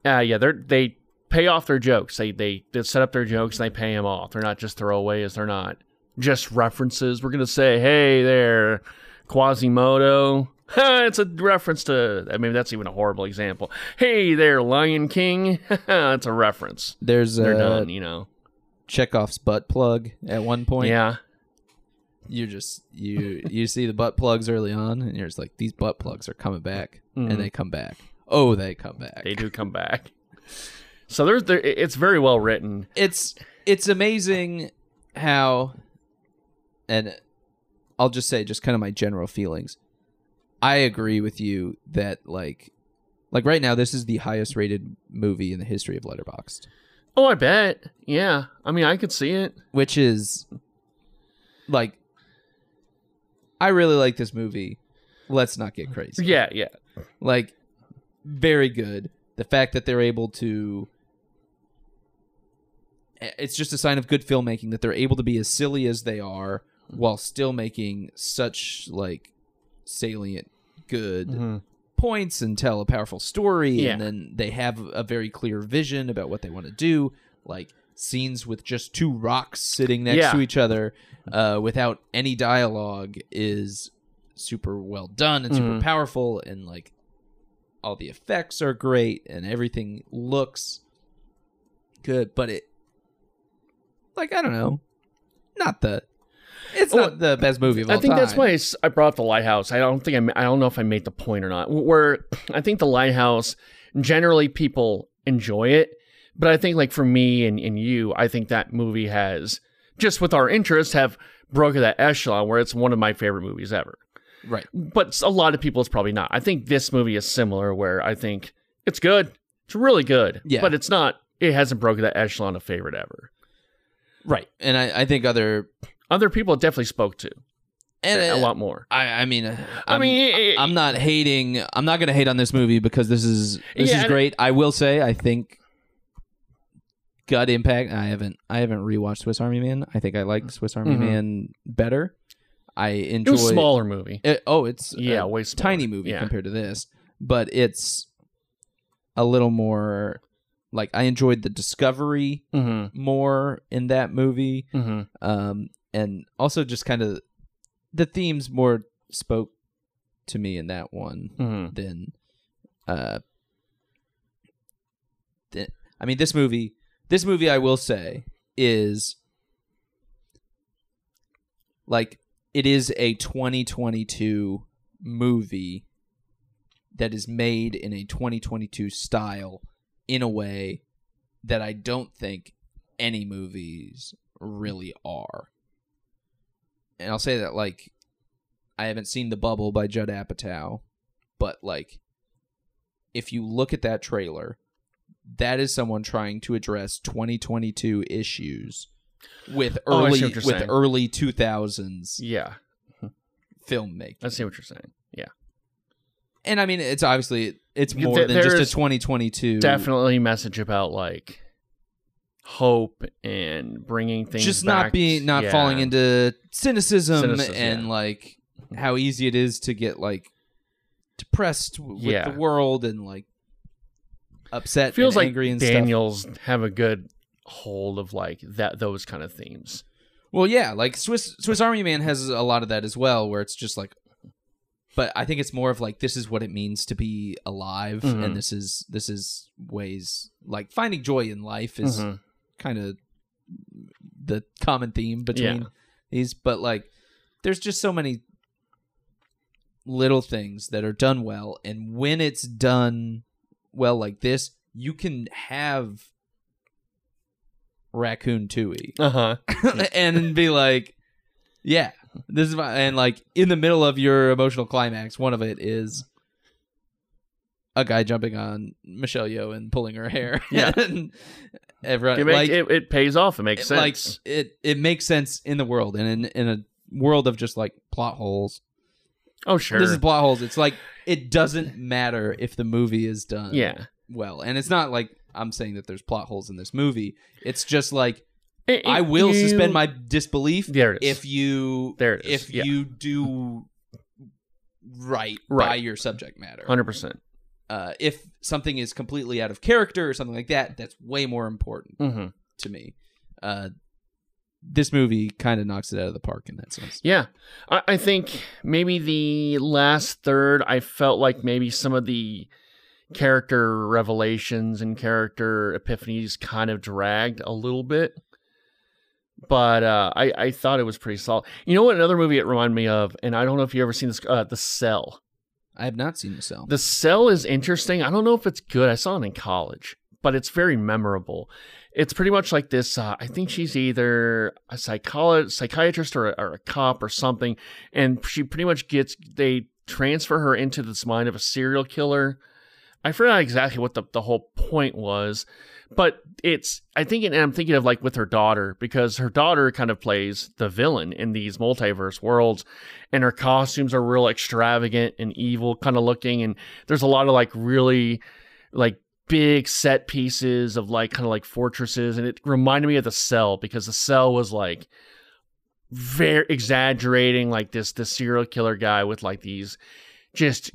Speaker 2: Uh, yeah, they they pay off their jokes. They they they set up their jokes and they pay them off. They're not just throwaways. They're not just references. We're gonna say, hey there, Quasimodo. it's a reference to. I mean, that's even a horrible example. Hey there, Lion King. it's a reference.
Speaker 3: There's
Speaker 2: They're
Speaker 3: uh,
Speaker 2: done. You know.
Speaker 3: Chekhov's butt plug at one point.
Speaker 2: Yeah.
Speaker 3: you just you you see the butt plugs early on, and you're just like, these butt plugs are coming back,
Speaker 2: Mhm.
Speaker 3: and they come back. Oh, they come back.
Speaker 2: They do come back. So there's there. It's very well written.
Speaker 3: it's it's amazing how and I'll just say just kind of my general feelings. I agree with you that like like right now this is the highest rated movie in the history of Letterboxd,
Speaker 2: Oh, I bet. Yeah. I mean, I could see it.
Speaker 3: which is like I really like this movie. Let's not get crazy.
Speaker 2: Yeah, yeah.
Speaker 3: like very good the fact that they're able to eh, it's just a sign of good filmmaking that they're able to be as silly as they are while still making such like salient good points and tell a powerful story
Speaker 2: Yeah.
Speaker 3: and then they have a very clear vision about what they want to do like scenes with just two rocks sitting next
Speaker 2: Yeah.
Speaker 3: to each other uh, without any dialogue is super well done and super
Speaker 2: Mhm.
Speaker 3: powerful and like all the effects are great and everything looks good but it like i don't know not the it's
Speaker 2: Well,
Speaker 3: not the best movie of all
Speaker 2: I think that's
Speaker 3: time.
Speaker 2: why I s- I brought the lighthouse. I don't think I, ma- I don't know if I made the point or not. Where I think the lighthouse generally people enjoy it, but I think like for me and, and you, I think that movie has just with our interests have broken that echelon where it's one of my favorite movies ever.
Speaker 3: right
Speaker 2: But s- a lot of people it's probably not. I think this movie is similar where I think it's good. It's really good.
Speaker 3: Yeah.
Speaker 2: But it's not it hasn't broken that echelon of favorite ever.
Speaker 3: right and i, I think other
Speaker 2: Other people it definitely spoke to
Speaker 3: and
Speaker 2: a
Speaker 3: uh,
Speaker 2: lot more.
Speaker 3: I, I mean, uh, I'm,
Speaker 2: i mean, it-
Speaker 3: I'm not hating. I'm not gonna hate on this movie because this is this
Speaker 2: Yeah,
Speaker 3: is
Speaker 2: and-
Speaker 3: great. I will say, I think Gut Impact. I haven't I haven't rewatched Swiss Army Man. I think I like Swiss Army
Speaker 2: Mhm.
Speaker 3: Man better. I
Speaker 2: it
Speaker 3: enjoy.
Speaker 2: was a smaller movie.
Speaker 3: it- oh, it's a
Speaker 2: yeah, way smaller.
Speaker 3: tiny movie
Speaker 2: Yeah.
Speaker 3: compared to this, but it's a little more like I enjoyed the discovery
Speaker 2: Mm-hmm.
Speaker 3: more in that movie
Speaker 2: Mm-hmm.
Speaker 3: um, and also just kind of the themes more spoke to me in that one
Speaker 2: Mm-hmm.
Speaker 3: than uh th- i mean this movie this movie i will say is like it is a 2022 movie that is made in a 2022 style in a way that i don't think any movies really are and i'll say that like i haven't seen the bubble by judd apatow but like if you look at that trailer that is someone trying to address 2022 issues with
Speaker 2: Oh, I see
Speaker 3: early
Speaker 2: what
Speaker 3: with
Speaker 2: you're saying.
Speaker 3: early 2000s
Speaker 2: Yeah,
Speaker 3: filmmaking
Speaker 2: I see what you're saying. Yeah,
Speaker 3: and i mean it's obviously it's
Speaker 2: Yeah,
Speaker 3: more
Speaker 2: there-
Speaker 3: than just a
Speaker 2: there's
Speaker 3: 2022
Speaker 2: definitely message about like hope and bringing things.
Speaker 3: just not
Speaker 2: back-
Speaker 3: being not
Speaker 2: yeah.
Speaker 3: falling into cynicism,
Speaker 2: Cynicism,
Speaker 3: and
Speaker 2: yeah.
Speaker 3: like how easy it is to get like depressed w- with
Speaker 2: Yeah.
Speaker 3: the world and like upset,
Speaker 2: feels
Speaker 3: and
Speaker 2: like
Speaker 3: angry and stuff.
Speaker 2: Daniels have a good hold of like that those kind of themes.
Speaker 3: Well, yeah, like Swiss Swiss Army Man has a lot of that as well, where it's just like, but I think it's more of like this is what it means to be alive,
Speaker 2: Mhm.
Speaker 3: and this is this is ways like finding joy in life is
Speaker 2: Mhm.
Speaker 3: kind of the common theme between
Speaker 2: Yeah.
Speaker 3: these, but like there's just so many little things that are done well, and when it's done well like this, you can have raccoon tooie
Speaker 2: Uh-huh.
Speaker 3: and be like, yeah, this is my, and like in the middle of your emotional climax, one of it is a guy jumping on Michelle Yeoh and pulling her hair.
Speaker 2: Yeah.
Speaker 3: and everyone
Speaker 2: It, make-
Speaker 3: like,
Speaker 2: it, it pays off. It makes
Speaker 3: it-
Speaker 2: sense.
Speaker 3: like it, it makes sense in the world and in, in a world of just like plot holes.
Speaker 2: oh sure.
Speaker 3: This is plot holes. It's like, it doesn't matter if the movie is done
Speaker 2: yeah.
Speaker 3: well. And it's not like I'm saying that there's plot holes in this movie. It's just like,
Speaker 2: It-
Speaker 3: I
Speaker 2: it-
Speaker 3: will
Speaker 2: you-
Speaker 3: suspend my disbelief
Speaker 2: There it is.
Speaker 3: if you
Speaker 2: There it is,
Speaker 3: if
Speaker 2: yeah.
Speaker 3: you do right, by
Speaker 2: Right.
Speaker 3: your subject matter
Speaker 2: Hundred percent.
Speaker 3: uh, if something is completely out of character or something like that that's way more important
Speaker 2: Mm-hmm.
Speaker 3: to me uh, this movie kind of knocks it out of the park in that sense
Speaker 2: Yeah, I, I think maybe the last third, I felt like maybe some of the character revelations and character epiphanies kind of dragged a little bit. But uh, I, I thought it was pretty solid. You know what? Another movie it reminded me of, and I don't know if you ever seen this, uh, The Cell.
Speaker 3: i have not seen the cell
Speaker 2: The cell is interesting. I don't know if it's good. I saw it in college, but it's very memorable. It's pretty much like this. Uh, I think she's either a psychologist, psychiatrist, or a, or a cop or something, and she pretty much gets they transfer her into this mind of a serial killer. I forgot exactly what the, the whole point was, but it's I think and I'm thinking of like with her daughter because her daughter kind of plays the villain in these multiverse worlds and her costumes are real extravagant and evil kind of looking and there's a lot of like really like big set pieces of like kind of like fortresses and it reminded me of the cell because the cell was like very exaggerating like this this serial killer guy with like these just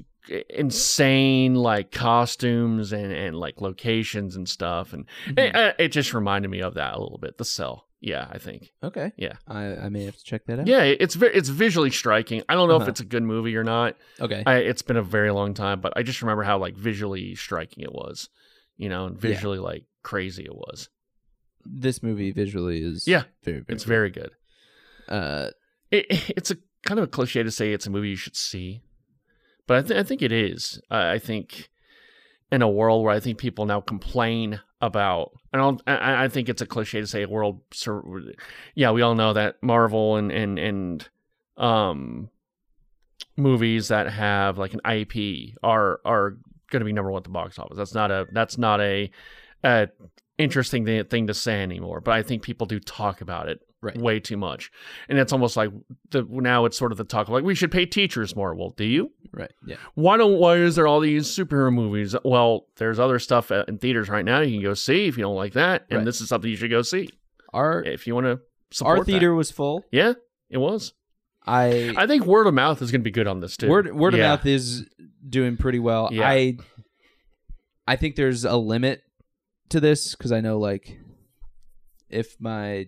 Speaker 2: insane like costumes and and like locations and stuff and
Speaker 3: Hmm.
Speaker 2: it, uh, it just reminded me of that a little bit the cell yeah i think
Speaker 3: okay
Speaker 2: yeah.
Speaker 3: I, I may have to check that out
Speaker 2: yeah, it- it's very, it's visually striking. I don't know
Speaker 3: Uh-huh.
Speaker 2: if it's a good movie or not.
Speaker 3: okay
Speaker 2: I, it's been a very long time, but I just remember how like visually striking it was, you know, and
Speaker 3: Yeah.
Speaker 2: visually like crazy it was.
Speaker 3: this movie visually is
Speaker 2: Yeah.
Speaker 3: very, very
Speaker 2: It's very good.
Speaker 3: uh
Speaker 2: It, it's a kind of a cliche to say it's a movie you should see, but I, th- I think it is. I I think in a world where I think people now complain about, I don't. I, I think it's a cliche to say a world. sur- Yeah, we all know that Marvel and and and um movies that have like an IP are are going to be number one at the box office. That's not a that's not a, uh interesting thi- thing to say anymore. But I think people do talk about it
Speaker 3: Right.
Speaker 2: way too much, and it's almost like the now it's sort of the talk of like we should pay teachers more. Well, do you?
Speaker 3: right yeah
Speaker 2: Why don't why is there all these superhero movies? Well, there's other stuff uh, in theaters right now you can go see if you don't like that, and
Speaker 3: Right.
Speaker 2: this is something you should go see
Speaker 3: our
Speaker 2: if you want to support
Speaker 3: our
Speaker 2: that.
Speaker 3: theater was full
Speaker 2: Yeah, it was.
Speaker 3: i
Speaker 2: I think word of mouth is going to be good on this too.
Speaker 3: Word word
Speaker 2: Yeah.
Speaker 3: of mouth is doing pretty well.
Speaker 2: Yeah.
Speaker 3: I I think there's a limit to this because I know like if my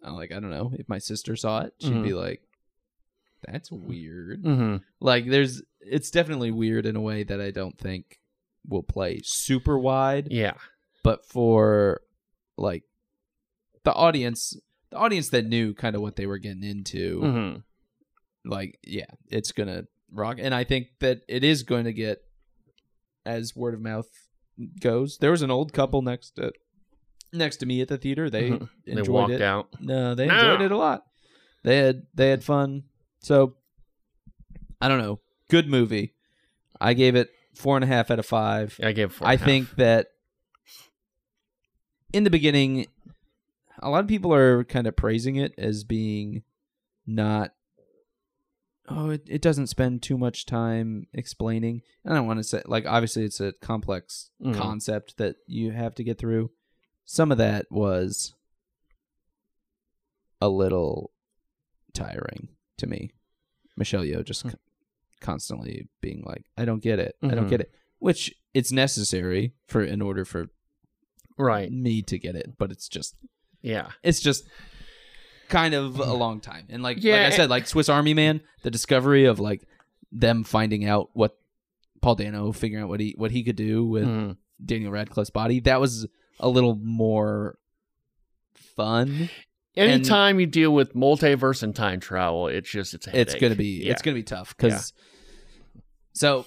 Speaker 3: I like I don't know if my sister saw it, she'd be like, "That's weird."
Speaker 2: Mm-hmm.
Speaker 3: Like there's it's definitely weird in a way that I don't think will play super wide,
Speaker 2: Yeah.
Speaker 3: but for like the audience, the audience that knew kind of what they were getting into
Speaker 2: Mm-hmm.
Speaker 3: like yeah it's gonna rock and i think that it is going to get as word of mouth goes there was an old couple next to next to me at the theater they
Speaker 2: Mhm.
Speaker 3: enjoyed
Speaker 2: they walked
Speaker 3: it
Speaker 2: out.
Speaker 3: no they
Speaker 2: No.
Speaker 3: enjoyed it a lot they had they had fun so i don't know good movie i gave it four and a half out of five
Speaker 2: I gave. it Four
Speaker 3: I
Speaker 2: and a half.
Speaker 3: think that in the beginning, a lot of people are kind of praising it as being not. Oh, it, it doesn't spend too much time explaining. And I don't want to say, like, obviously, it's a complex
Speaker 2: Mhm.
Speaker 3: concept that you have to get through. Some of that was a little tiring to me. Michelle Yeoh just
Speaker 2: Hmm.
Speaker 3: c- constantly being like, "I don't get it. I
Speaker 2: Mhm.
Speaker 3: don't get it." which it's necessary for in order for
Speaker 2: Right.
Speaker 3: me to get it, but it's just
Speaker 2: Yeah.
Speaker 3: it's just kind of a long time. And like
Speaker 2: Yeah,
Speaker 3: like I
Speaker 2: and-
Speaker 3: said, like Swiss Army Man, the discovery of like them finding out what Paul Dano figuring out what he what he could do with
Speaker 2: Mm.
Speaker 3: Daniel Radcliffe's body, that was a little more fun.
Speaker 2: Anytime you deal with multiverse and time travel, it's just it's a headache.
Speaker 3: It's gonna be
Speaker 2: Yeah.
Speaker 3: it's gonna be tough because so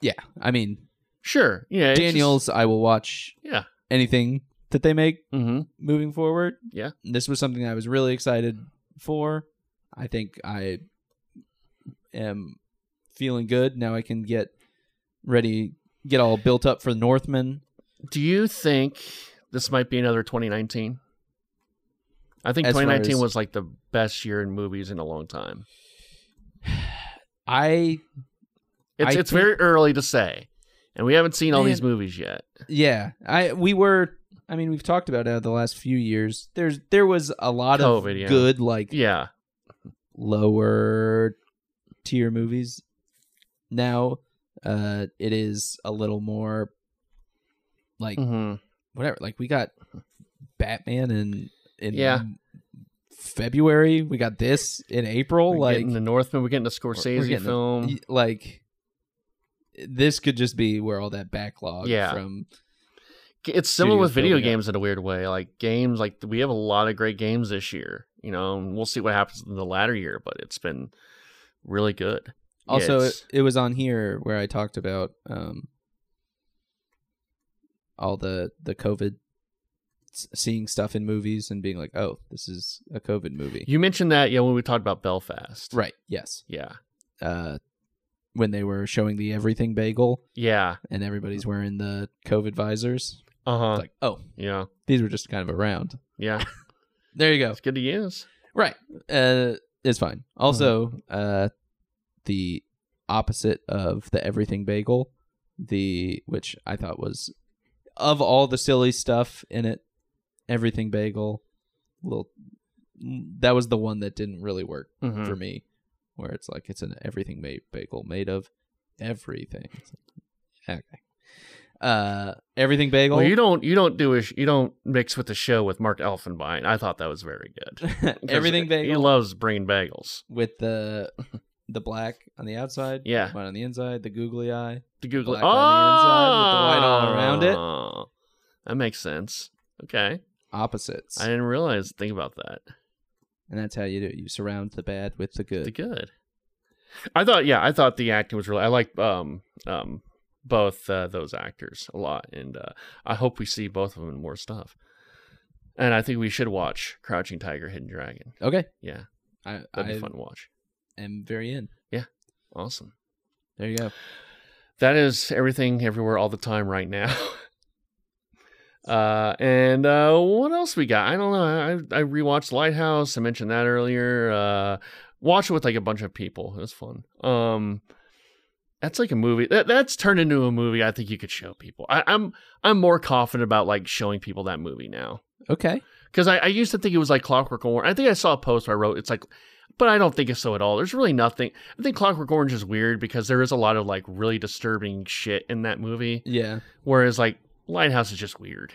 Speaker 3: yeah, I mean
Speaker 2: sure. Yeah. it's
Speaker 3: Daniels, I will watch
Speaker 2: just- yeah.
Speaker 3: anything that they make
Speaker 2: hmm
Speaker 3: moving forward.
Speaker 2: Yeah.
Speaker 3: This was something I was really excited for. I think I am feeling good. Now I can get ready, get all built up for the Northmen.
Speaker 2: Do you think this might be another 2019? I think
Speaker 3: As far
Speaker 2: 2019
Speaker 3: as-
Speaker 2: was like the best year in movies in a long time.
Speaker 3: I,
Speaker 2: It's
Speaker 3: I
Speaker 2: it's
Speaker 3: think-
Speaker 2: very early to say, and we haven't seen all these
Speaker 3: Man.
Speaker 2: movies yet.
Speaker 3: yeah, I, we were, I mean, we've talked about it the last few years. There's, there was a lot of
Speaker 2: COVID, yeah.
Speaker 3: good, like
Speaker 2: Yeah.
Speaker 3: lower tier movies. Now, uh, it is a little more like,
Speaker 2: hmm
Speaker 3: whatever. Like we got Batman in in
Speaker 2: Yeah.
Speaker 3: February. We got this in April.
Speaker 2: We're
Speaker 3: like
Speaker 2: getting the Northman, we're getting the Scorsese
Speaker 3: getting the-
Speaker 2: film.
Speaker 3: y- like this could just be where all that backlog
Speaker 2: Yeah.
Speaker 3: from
Speaker 2: it's similar with
Speaker 3: studios
Speaker 2: video
Speaker 3: building up.
Speaker 2: games in a weird way. Like games, like we have a lot of great games this year. You know, and we'll see what happens in the latter year, but it's been really good. Yeah,
Speaker 3: also it,
Speaker 2: it's-
Speaker 3: it was on here where I talked about um all the the COVID s- seeing stuff in movies and being like, oh, this is a COVID movie.
Speaker 2: you mentioned that, yeah, when we talked about Belfast,
Speaker 3: right. Yes.
Speaker 2: Yeah,
Speaker 3: Uh when they were showing the everything bagel
Speaker 2: yeah,
Speaker 3: and everybody's wearing the COVID visors.
Speaker 2: uh Mm-hmm. huh,
Speaker 3: It's like, oh,
Speaker 2: yeah,
Speaker 3: these were just kind of around.
Speaker 2: yeah.
Speaker 3: There you go.
Speaker 2: It's good to use.
Speaker 3: Right. Uh, it's fine. Also, uh, the opposite of the everything bagel, the which I thought was of all the silly stuff in it, everything bagel, little that was the one that didn't really work
Speaker 2: Mhm.
Speaker 3: for me, where it's like it's an everything made bagel made of everything. It's like, okay. Uh, everything bagel.
Speaker 2: Well, you don't, you don't do a, sh- you don't mix with the show with Mark Elfenbein. I thought that was very good. 'Cause
Speaker 3: everything
Speaker 2: He
Speaker 3: bagel.
Speaker 2: loves bringing bagels.
Speaker 3: with the the black on the outside,
Speaker 2: Yeah,
Speaker 3: white on the inside, the googly eye.
Speaker 2: the Google.
Speaker 3: black on the inside with the white
Speaker 2: around it. That makes sense. Okay,
Speaker 3: Opposites.
Speaker 2: I didn't realize. Think about that.
Speaker 3: and that's how you do it. You surround the bad with the good.
Speaker 2: the good. I thought, yeah, I thought the acting was really. I like um um both uh, those actors a lot, and uh, I hope we see both of them in more stuff. And I think we should watch Crouching Tiger, Hidden Dragon.
Speaker 3: okay.
Speaker 2: Yeah,
Speaker 3: I,
Speaker 2: that'd
Speaker 3: I
Speaker 2: be fun to watch.
Speaker 3: am very in.
Speaker 2: Awesome.
Speaker 3: There you go.
Speaker 2: That is everything, everywhere, all the time right now. Uh and uh what else we got? I don't know. I I rewatched Lighthouse. I mentioned that earlier. Uh watched it with like a bunch of people. It was fun. Um that's like a movie. That that's turned into a movie I think you could show people. I, I'm I'm more confident about like showing people that movie now.
Speaker 3: Okay.
Speaker 2: Because I, I used to think it was like Clockwork Orange. I think I saw a post where I wrote it's like, but I don't think it's so at all. There's really nothing. I think Clockwork Orange is weird because there is a lot of like really disturbing shit in that movie.
Speaker 3: Yeah.
Speaker 2: Whereas like Lighthouse is just weird.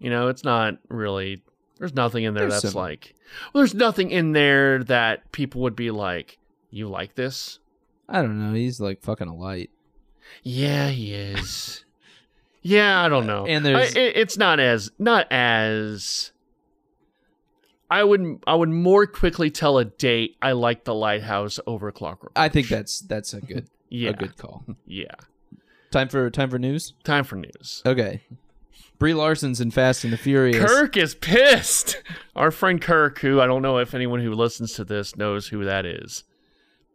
Speaker 2: You know, it's not really. There's nothing in there
Speaker 3: There's
Speaker 2: that's
Speaker 3: some-
Speaker 2: like. Well, there's nothing in there that people would be like, you like this?
Speaker 3: I don't know. He's like fucking a light.
Speaker 2: Yeah, he is. yeah, I don't know.
Speaker 3: And there's-
Speaker 2: I, it, it's not as not as. I would I would more quickly tell a date I like the lighthouse over Clockwork.
Speaker 3: I think that's that's a good
Speaker 2: yeah
Speaker 3: a good call.
Speaker 2: yeah.
Speaker 3: Time for time for news.
Speaker 2: Time for news.
Speaker 3: Okay. Brie Larson's in Fast and the Furious.
Speaker 2: Kirk is pissed. Our friend Kirk, who I don't know if anyone who listens to this knows who that is,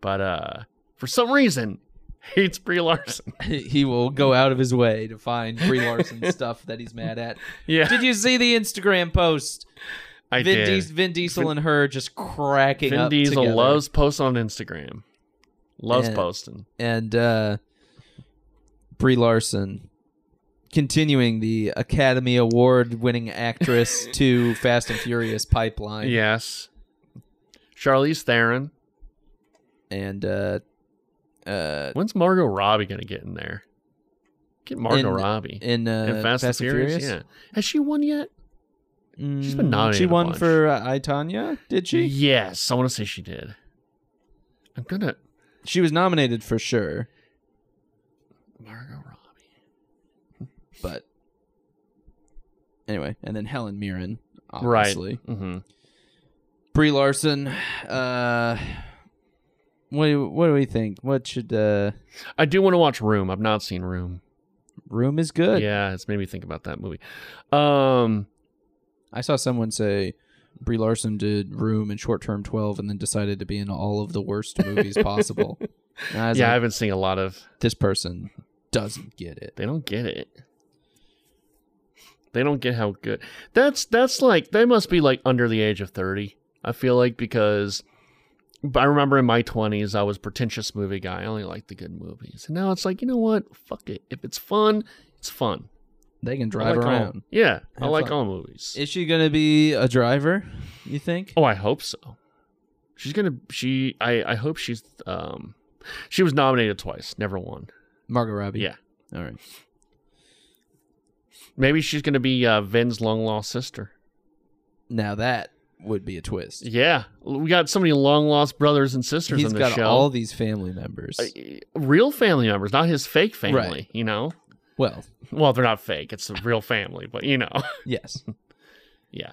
Speaker 2: but uh, for some reason, hates Brie Larson.
Speaker 3: he will go out of his way to find Brie Larson stuff that he's mad at.
Speaker 2: Yeah,
Speaker 3: Did you see the Instagram post?
Speaker 2: I
Speaker 3: Vin,
Speaker 2: did.
Speaker 3: Dies- Vin Diesel and her just cracking
Speaker 2: Vin
Speaker 3: up.
Speaker 2: Diesel
Speaker 3: together.
Speaker 2: loves posting on Instagram. Loves
Speaker 3: Yeah.
Speaker 2: posting.
Speaker 3: and uh, Brie Larson continuing the Academy Award winning actress to Fast and Furious pipeline.
Speaker 2: Yes. Charlize Theron.
Speaker 3: and uh, uh
Speaker 2: When's Margot Robbie gonna get in there? Get Margot
Speaker 3: In-
Speaker 2: Robbie
Speaker 3: in uh,
Speaker 2: And Fast, and Furious. Yeah, has she won yet?
Speaker 3: Yeah.
Speaker 2: She's been
Speaker 3: Mm,
Speaker 2: nominated
Speaker 3: She
Speaker 2: a
Speaker 3: won
Speaker 2: bunch.
Speaker 3: for uh, I Tanya, did she?
Speaker 2: Yes, I want to say she did. I'm gonna
Speaker 3: She was nominated for sure,
Speaker 2: Margot Robbie.
Speaker 3: but anyway, and then Helen Mirren, obviously.
Speaker 2: Right. Mm-hmm.
Speaker 3: Brie Larson. Uh, what do, what do we think? What should uh,
Speaker 2: I do want to watch Room. I've not seen Room.
Speaker 3: Room is good.
Speaker 2: Yeah, it's made me think about that movie. Um,
Speaker 3: I saw someone say Brie Larson did Room and Short Term Twelve, and then decided to be in all of the worst movies possible. And I was
Speaker 2: yeah, I
Speaker 3: like,
Speaker 2: haven't seen a lot of.
Speaker 3: this person doesn't get it.
Speaker 2: They don't get it. They don't get how good. That's that's like they must be like under the age of thirty. I feel like because, but I remember in my twenties I was pretentious movie guy. I only liked the good movies, and now it's like you know what? Fuck it. If it's fun, it's fun.
Speaker 3: They can
Speaker 2: I
Speaker 3: drive
Speaker 2: like all-
Speaker 3: around.
Speaker 2: yeah, I
Speaker 3: Have
Speaker 2: like
Speaker 3: fun.
Speaker 2: all movies.
Speaker 3: Is she gonna be a driver? You think?
Speaker 2: Oh, I hope so. She's gonna. She. I. I hope she's. Um. She was nominated twice, never won.
Speaker 3: Margot Robbie.
Speaker 2: Yeah.
Speaker 3: All right.
Speaker 2: Maybe she's gonna be uh, Ven's long lost sister.
Speaker 3: Now that would be a twist.
Speaker 2: Yeah, we got so many long lost brothers and sisters
Speaker 3: He's
Speaker 2: on the
Speaker 3: got
Speaker 2: show. Uh,
Speaker 3: all these family members.
Speaker 2: Real family members, not his fake family.
Speaker 3: Right.
Speaker 2: You know.
Speaker 3: well,
Speaker 2: Well, they're not fake. It's a real family, but you know.
Speaker 3: yes.
Speaker 2: yeah.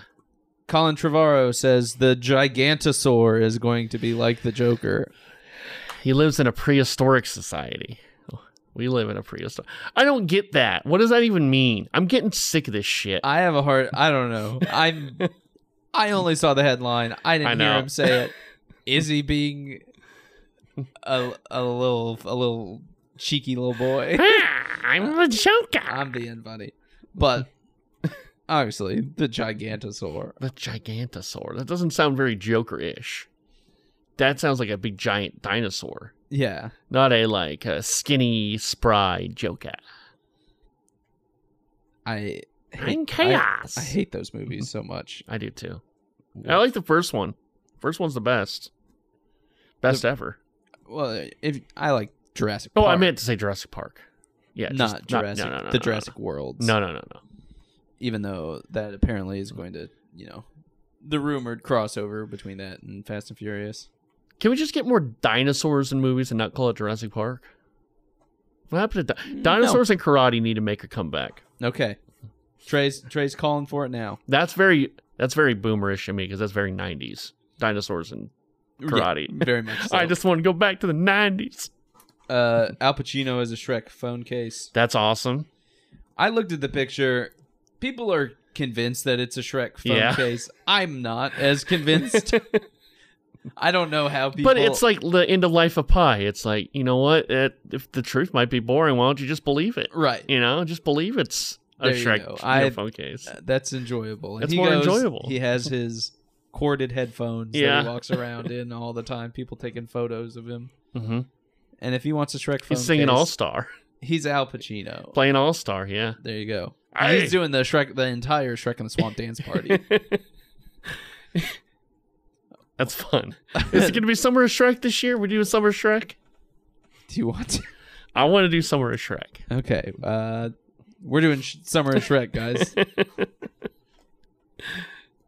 Speaker 3: Colin Trevorrow says the Gigantosaur is going to be like the Joker.
Speaker 2: He lives in a prehistoric society. We live in a prehistoric. I don't get that. What does that even mean? I'm getting sick of this shit.
Speaker 3: I have a heart. I don't know. I'm. I only saw the headline. I
Speaker 2: I
Speaker 3: didn't
Speaker 2: know.
Speaker 3: hear him say it. Is he being a, a little a little cheeky little boy?
Speaker 2: Ah, I'm a Joker.
Speaker 3: I'm being funny, but obviously the Gigantosaur.
Speaker 2: The Gigantosaur. That doesn't sound very Joker ish. That sounds like a big giant dinosaur,
Speaker 3: Yeah,
Speaker 2: not a like a skinny, spry Joker.
Speaker 3: I. Hate,
Speaker 2: I'm
Speaker 3: I,
Speaker 2: chaos.
Speaker 3: I hate those movies so much.
Speaker 2: I do too. I like the first one. First one's the best. Best ever.
Speaker 3: Well, if I like Jurassic.
Speaker 2: Oh, I
Speaker 3: Park,
Speaker 2: meant to say Jurassic Park. Yeah, just
Speaker 3: not Jurassic.
Speaker 2: no, no, no,
Speaker 3: the
Speaker 2: no,
Speaker 3: Jurassic Worlds.
Speaker 2: No, no, no, no.
Speaker 3: even though that apparently is going to, you know, the rumored crossover between that and Fast and Furious.
Speaker 2: Can we just get more dinosaurs in movies and not call it Jurassic Park? What happened to
Speaker 3: Mm,
Speaker 2: di- dinosaurs and karate? Need to make a comeback.
Speaker 3: Okay, Trey's Trey's calling for it now.
Speaker 2: That's very that's very boomerish to me because that's very '90s dinosaurs and
Speaker 3: Yeah,
Speaker 2: Karate.
Speaker 3: very much. So.
Speaker 2: I just want to go back to the '90s.
Speaker 3: uh, Al Pacino as a Shrek phone case.
Speaker 2: That's awesome.
Speaker 3: I looked at the picture. People are convinced that it's a Shrek phone
Speaker 2: Yeah.
Speaker 3: case. I'm not as convinced. I don't know how people.
Speaker 2: but it's like the end of life of Pi. It's like you know what? It, if the truth might be boring, why don't you just believe it?
Speaker 3: right.
Speaker 2: You know, just believe it's a
Speaker 3: There you
Speaker 2: Shrek
Speaker 3: go. I- Uh,
Speaker 2: phone case.
Speaker 3: That's enjoyable. And
Speaker 2: That's
Speaker 3: he
Speaker 2: more
Speaker 3: goes-
Speaker 2: enjoyable.
Speaker 3: He has his corded headphones that
Speaker 2: Yeah.
Speaker 3: he walks around in all the time. People taking photos of him.
Speaker 2: hmm
Speaker 3: And if he wants a Shrek phone
Speaker 2: He's singing
Speaker 3: case,
Speaker 2: All Star,
Speaker 3: He's Al Pacino.
Speaker 2: playing All Star. Yeah.
Speaker 3: There you go.
Speaker 2: Aye.
Speaker 3: He's doing the Shrek, the entire Shrek and the Swamp dance party.
Speaker 2: That's fun. Is it going to be Summer of Shrek this year? We do a Summer of Shrek?
Speaker 3: Do you want? To?
Speaker 2: I want to do Summer of Shrek.
Speaker 3: Okay, uh, we're doing sh- Summer of Shrek, guys.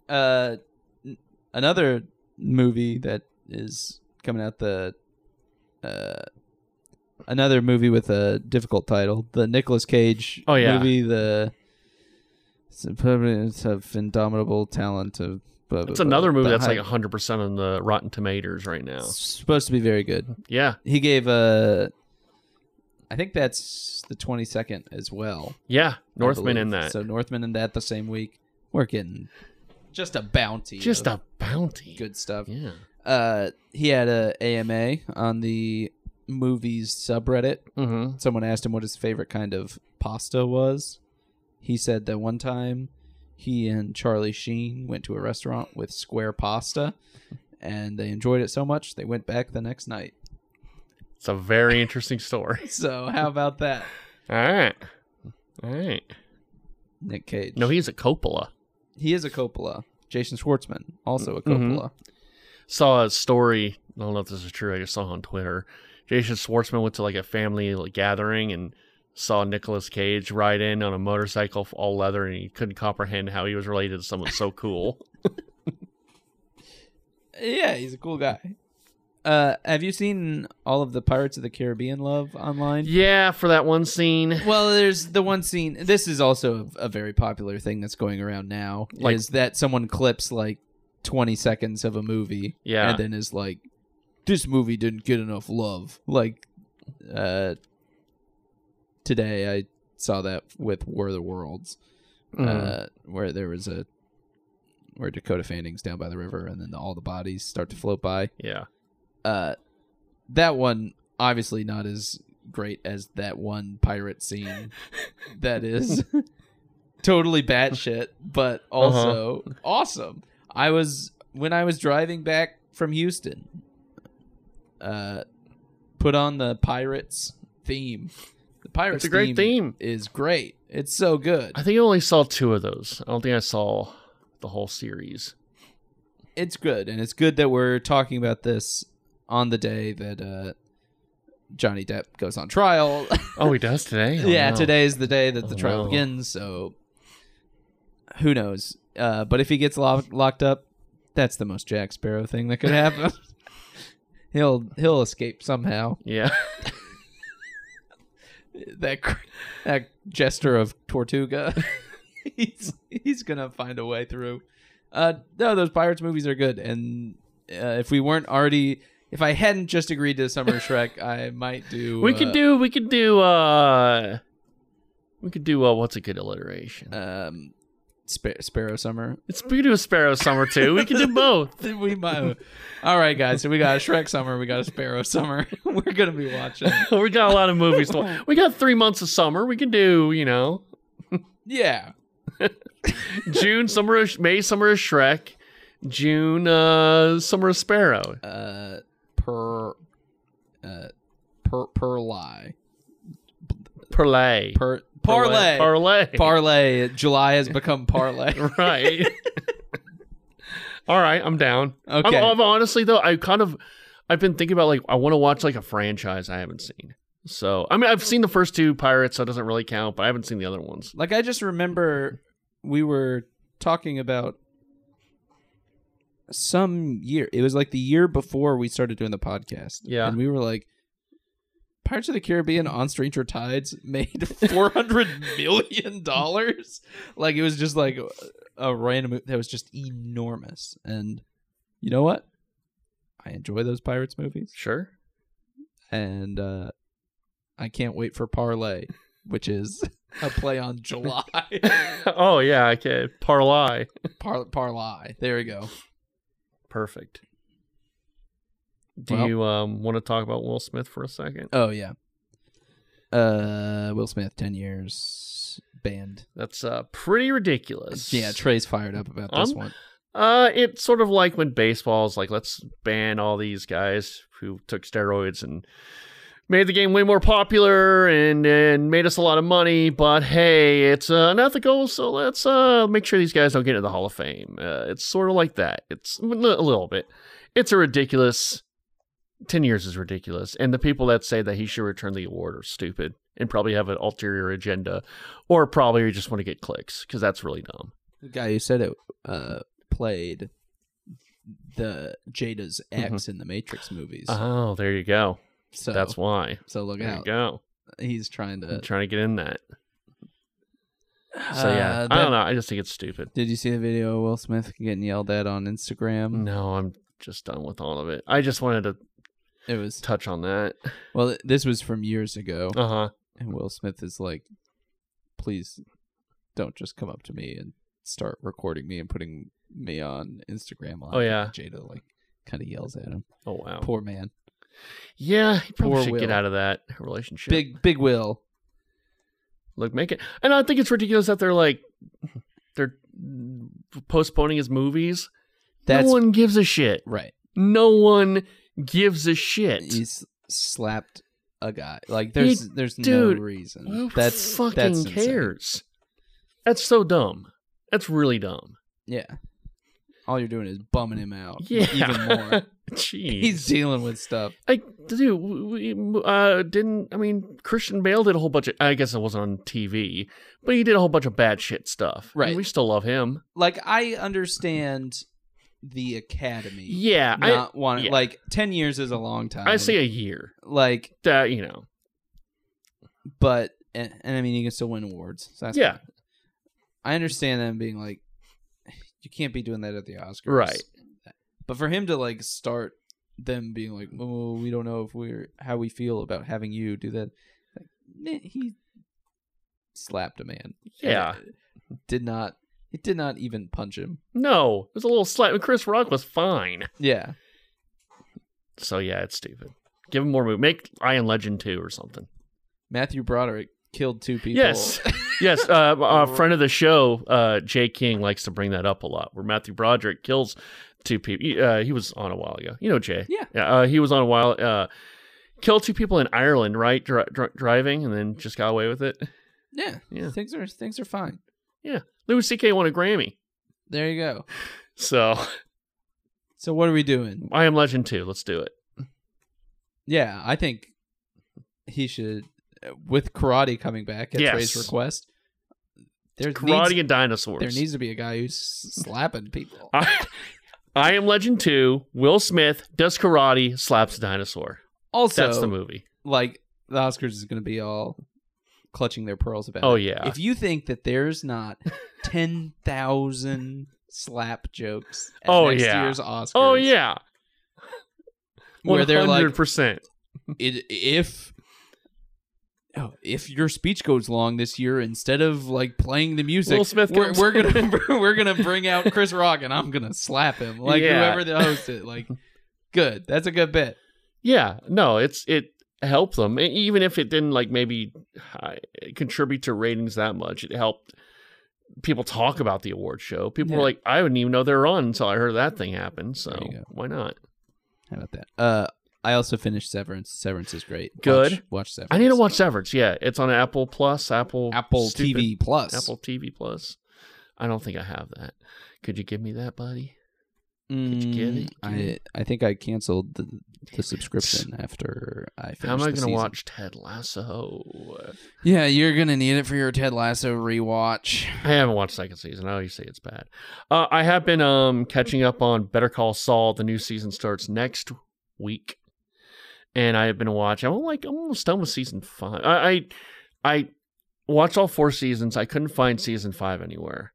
Speaker 3: uh, n- another movie that is coming out the uh, another movie with a difficult title, the Nicolas Cage
Speaker 2: Oh, yeah.
Speaker 3: movie, the Subordinates of Indomitable Talent of. blah, blah,
Speaker 2: It's
Speaker 3: blah,
Speaker 2: another movie
Speaker 3: the
Speaker 2: that's like
Speaker 3: high-
Speaker 2: 100% on the Rotten Tomatoes right now.
Speaker 3: supposed to be very good.
Speaker 2: Yeah.
Speaker 3: He gave a. I think that's the twenty second as well.
Speaker 2: Yeah.
Speaker 3: I
Speaker 2: Northman
Speaker 3: believe.
Speaker 2: in that.
Speaker 3: So Northman in that the same week. We're getting just a bounty.
Speaker 2: Just
Speaker 3: of
Speaker 2: a bounty.
Speaker 3: good stuff.
Speaker 2: Yeah.
Speaker 3: Uh, he had a AMA on the movies subreddit.
Speaker 2: Mm-hmm.
Speaker 3: Someone asked him what his favorite kind of pasta was. He said that one time he and Charlie Sheen went to a restaurant with square pasta, and they enjoyed it so much they went back the next night.
Speaker 2: It's a very interesting story.
Speaker 3: So how about that,
Speaker 2: All right. All right.
Speaker 3: Nick Cage?
Speaker 2: No, he's a Coppola.
Speaker 3: he is a Coppola. Jason Schwartzman also a
Speaker 2: Mhm.
Speaker 3: Coppola.
Speaker 2: saw a story. I don't know if this is true. I just saw on Twitter. Jason Schwartzman went to like a family like, gathering and saw Nicolas Cage ride in on a motorcycle all leather, and he couldn't comprehend how he was related to someone so cool.
Speaker 3: Yeah, he's a cool guy. Uh, have you seen all of the Pirates of the Caribbean love online?
Speaker 2: yeah, for that one scene.
Speaker 3: Well, there's the one scene. This is also a, a very popular thing that's going around now.
Speaker 2: Like-
Speaker 3: is that someone clips like 20 seconds of a movie,
Speaker 2: Yeah.
Speaker 3: and then is like, "This movie didn't get enough love." Like, uh, today I saw that with War of the Worlds,
Speaker 2: Mm.
Speaker 3: uh, where there was a where Dakota Fanning's down by the river, and then all the bodies start to float by
Speaker 2: yeah.
Speaker 3: uh that one obviously not as great as that one pirate scene that is totally batshit, but
Speaker 2: Uh-huh.
Speaker 3: also awesome. I was when I was driving back from Houston, uh put on the pirates theme. The pirates
Speaker 2: It's a great theme.
Speaker 3: is great. It's so good.
Speaker 2: I think I only saw two of those. I don't think I saw the whole series.
Speaker 3: it's good and it's good that we're talking about this on the day that uh Johnny Depp goes on trial.
Speaker 2: Oh, he does today? Oh,
Speaker 3: yeah,
Speaker 2: no.
Speaker 3: today is the day that the
Speaker 2: Oh,
Speaker 3: trial
Speaker 2: no.
Speaker 3: begins, so who knows? Uh, but if he gets lo- locked up, that's the most Jack Sparrow thing that could happen. he'll he'll escape somehow.
Speaker 2: Yeah.
Speaker 3: That cr- that jester of Tortuga, he's he's gonna find a way through. Uh, no, those pirates movies are good, and uh, if we weren't already, if I hadn't just agreed to Summer Shrek, I might do.
Speaker 2: we
Speaker 3: uh,
Speaker 2: could do we could do uh we could do uh what's a good alliteration?
Speaker 3: um, Spa- Sparrow Summer.
Speaker 2: it's we could do a sparrow summer too. We could do both.
Speaker 3: Then we might. All right, guys. So we got a Shrek summer. We got a Sparrow summer. We're gonna be watching.
Speaker 2: we got a lot of movies. To watch. We got three months of summer. We could do you know
Speaker 3: Yeah.
Speaker 2: June summer of, May summer of Shrek, June uh summer of Sparrow.
Speaker 3: Uh, per. Uh, per perlie.
Speaker 2: Parlay.
Speaker 3: Per parlay.
Speaker 2: Parlay.
Speaker 3: Parlay. July has become parlay.
Speaker 2: right. All right, I'm down.
Speaker 3: Okay.
Speaker 2: I'm, I'm honestly though, I kind of, I've been thinking about like I want to watch like a franchise I haven't seen. So I mean, I've seen the first two Pirates, so it doesn't really count, but I haven't seen the other ones.
Speaker 3: Like I just remember we were talking about some year. It was like the year before we started doing the podcast.
Speaker 2: Yeah.
Speaker 3: And we were like Pirates of the Caribbean on Stranger Tides made 400 million dollars. Like it was just like a random that was just enormous. And you know what? I enjoy those Pirates movies
Speaker 2: Sure.
Speaker 3: and uh I can't wait for Parlay, which is a play on July.
Speaker 2: oh yeah, I can parlay.
Speaker 3: Par- parlay. There we go.
Speaker 2: Perfect. Do
Speaker 3: Well-
Speaker 2: you um want to talk about Will Smith for a second?
Speaker 3: Oh yeah. Uh, Will Smith, ten years banned.
Speaker 2: That's uh pretty ridiculous.
Speaker 3: Yeah, Trey's fired up about this
Speaker 2: Um,
Speaker 3: one.
Speaker 2: Uh, it's sort of like when baseball's like, let's ban all these guys who took steroids and made the game way more popular and and made us a lot of money. But hey, it's uh, unethical, so let's uh make sure these guys don't get into the Hall of Fame. Uh, it's sort of like that. It's a li- a little bit. It's a ridiculous. Ten years is ridiculous, and the people that say that he should return the award are stupid and probably have an ulterior agenda, or probably just want to get clicks because that's really dumb.
Speaker 3: The guy who said it uh played the Jada's
Speaker 2: Mm-hmm.
Speaker 3: ex in the Matrix movies.
Speaker 2: Oh, there you go.
Speaker 3: So
Speaker 2: That's why.
Speaker 3: so look
Speaker 2: There you
Speaker 3: out.
Speaker 2: go.
Speaker 3: He's trying
Speaker 2: I'm
Speaker 3: to.
Speaker 2: trying to get in that. So yeah,
Speaker 3: Uh,
Speaker 2: I
Speaker 3: that-
Speaker 2: don't know. I just think it's stupid.
Speaker 3: Did you see the video of Will Smith getting yelled at on Instagram?
Speaker 2: No, I'm just done with all of it. I just wanted to
Speaker 3: It was
Speaker 2: touch on that.
Speaker 3: well. th- This was from years ago,
Speaker 2: Uh huh.
Speaker 3: and Will Smith is like, "Please, don't just come up to me and start recording me and putting me on Instagram live."
Speaker 2: Oh, yeah.
Speaker 3: And Jada like kind of yells at him.
Speaker 2: Oh wow.
Speaker 3: Poor man.
Speaker 2: yeah, he probably
Speaker 3: poor
Speaker 2: should get
Speaker 3: Will.
Speaker 2: out of that relationship.
Speaker 3: Big big Will.
Speaker 2: look, make it. And I think it's ridiculous that they're like they're postponing his movies.
Speaker 3: That's
Speaker 2: no one gives a shit.
Speaker 3: right.
Speaker 2: No one gives a shit.
Speaker 3: He's slapped a guy. Like there's there's
Speaker 2: dude,
Speaker 3: no reason.
Speaker 2: Who
Speaker 3: that's
Speaker 2: fucking
Speaker 3: that's insane.
Speaker 2: cares? That's so dumb. That's really dumb.
Speaker 3: Yeah. all you're doing is bumming him out.
Speaker 2: Yeah.
Speaker 3: Even more.
Speaker 2: Jeez.
Speaker 3: He's dealing with stuff.
Speaker 2: Like, dude, we we, uh, didn't. I mean, Christian Bale did a whole bunch of. I guess it wasn't on TV, but he did a whole bunch of bad shit stuff.
Speaker 3: Right.
Speaker 2: And we still love him.
Speaker 3: Like I understand the academy.
Speaker 2: Yeah.
Speaker 3: Not wanting
Speaker 2: yeah.
Speaker 3: like ten years is a long time.
Speaker 2: I I say a year.
Speaker 3: like,
Speaker 2: That you know.
Speaker 3: but and, and I mean he can still win awards. So that's
Speaker 2: Yeah.
Speaker 3: fine. I understand them being like, you can't be doing that at the Oscars,
Speaker 2: Right.
Speaker 3: But for him to like start them being like, oh, we don't know if we're how we feel about having you do that. Like, meh, he slapped a man. uh,
Speaker 2: Yeah.
Speaker 3: Did not. It did not even punch him.
Speaker 2: No, it was a little slap. Chris Rock was fine.
Speaker 3: Yeah.
Speaker 2: So yeah, it's stupid. Give him more movie. Make Iron Legend two or something.
Speaker 3: Matthew Broderick killed two people.
Speaker 2: Yes. yes. Uh, a friend of the show, uh, Jay King, likes to bring that up a lot. Where Matthew Broderick kills two people. He, uh, he was on a while ago. You know Jay.
Speaker 3: Yeah.
Speaker 2: Uh, he was on a while. Uh, killed two people in Ireland, right? Dri dr- driving, and then just got away with it.
Speaker 3: Yeah.
Speaker 2: Yeah.
Speaker 3: Things are things are fine.
Speaker 2: Louis C.K. won a Grammy.
Speaker 3: There you go.
Speaker 2: So
Speaker 3: So what are we doing?
Speaker 2: I am Legend two. Let's do it.
Speaker 3: Yeah, I think he should with karate coming back at
Speaker 2: Yes.
Speaker 3: Trey's request. There's
Speaker 2: Karate
Speaker 3: needs,
Speaker 2: and dinosaurs.
Speaker 3: there needs to be a guy who's slapping people.
Speaker 2: I, I am Legend 2, Will Smith does karate, slaps a dinosaur.
Speaker 3: Also,
Speaker 2: That's the movie.
Speaker 3: like the Oscars is going to be all clutching their pearls about.
Speaker 2: Oh,
Speaker 3: it.
Speaker 2: yeah.
Speaker 3: If you think that there's not ten thousand slap jokes at
Speaker 2: Oh,
Speaker 3: next
Speaker 2: yeah.
Speaker 3: year's Oscars,
Speaker 2: Oh, yeah.
Speaker 3: where they're like,
Speaker 2: 100%.
Speaker 3: it, if oh, if your speech goes long this year, instead of like playing the music,
Speaker 2: Will Smith
Speaker 3: we're,
Speaker 2: comes-
Speaker 3: we're gonna we're gonna bring out Chris Rock and I'm gonna slap him like
Speaker 2: Yeah.
Speaker 3: whoever the host it. Like, good, that's a good bit.
Speaker 2: Yeah, no, it's it helped them, E- even if it didn't like maybe uh, contribute to ratings that much. It helped people talk about the award show. People were
Speaker 3: Yeah.
Speaker 2: like, I wouldn't even know they were on until I heard that thing happen. So
Speaker 3: There you go.
Speaker 2: why not?
Speaker 3: How about that? Uh, I also finished Severance. Severance is great.
Speaker 2: Good.
Speaker 3: Watch, watch Severance.
Speaker 2: I need to watch Severance. Yeah, it's on Apple Plus, Apple
Speaker 3: Apple
Speaker 2: stupid-
Speaker 3: TV Plus.
Speaker 2: Apple TV Plus. I don't think I have that. Could you give me that, buddy?
Speaker 3: Did
Speaker 2: you get it?
Speaker 3: I Mm, I think I canceled the, the subscription after I finished.
Speaker 2: How am
Speaker 3: the
Speaker 2: I going to
Speaker 3: season.
Speaker 2: watch Ted Lasso?
Speaker 3: Yeah, you're gonna need it for your Ted Lasso rewatch.
Speaker 2: I haven't watched second season. I know you say it's bad. Uh, I have been um catching up on Better Call Saul. The new season starts next week, and I have been watching. I'm like I'm almost done with season five. I I, I watched all four seasons. I couldn't find season five anywhere,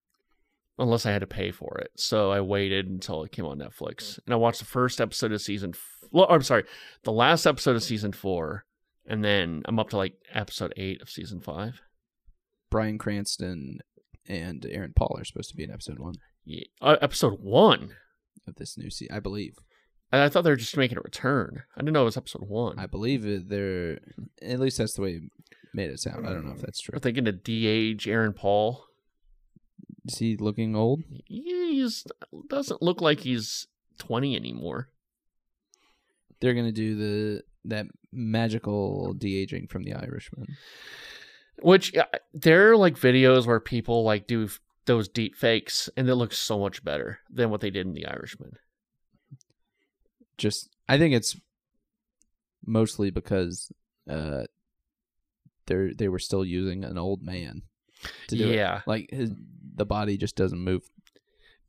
Speaker 2: unless I had to pay for it. So I waited until it came on Netflix, and I watched the first episode of season. F- well, I'm sorry, the last episode of season four, and then I'm up to like episode eight of season five.
Speaker 3: Brian Cranston and Aaron Paul are supposed to be in episode one
Speaker 2: Yeah. Uh, episode one.
Speaker 3: of this new season. I believe.
Speaker 2: I, I thought they were just making a return. I didn't know it was episode one.
Speaker 3: I
Speaker 2: I,
Speaker 3: believe it- they're. At least that's the way it made it sound. I don't know if that's true.
Speaker 2: Are they going to de-age Aaron Paul?
Speaker 3: Is he looking old?
Speaker 2: He's doesn't look like he's twenty anymore.
Speaker 3: They're gonna do the that magical de aging from The Irishman.
Speaker 2: Which uh, there are like videos where people like do f- those deep fakes, and it looks so much better than what they did in The Irishman.
Speaker 3: Just I think it's mostly because uh they they were still using an old man to do it.
Speaker 2: yeah,
Speaker 3: Like his the body just doesn't move.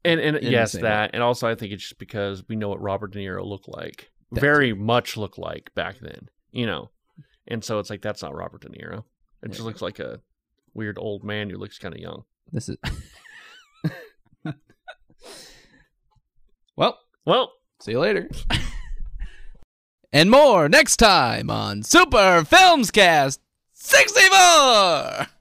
Speaker 2: and and
Speaker 3: in the
Speaker 2: yes,
Speaker 3: same
Speaker 2: that,
Speaker 3: way.
Speaker 2: and also I think it's just because we know what Robert De Niro looked like,
Speaker 3: That
Speaker 2: very much looked like back then, you know, and so it's like that's not Robert De Niro. It just
Speaker 3: Yeah.
Speaker 2: looks like a weird old man who looks kind of young.
Speaker 3: This is. well,
Speaker 2: Well,
Speaker 3: see you later. and more next time on Super Filmscast 64!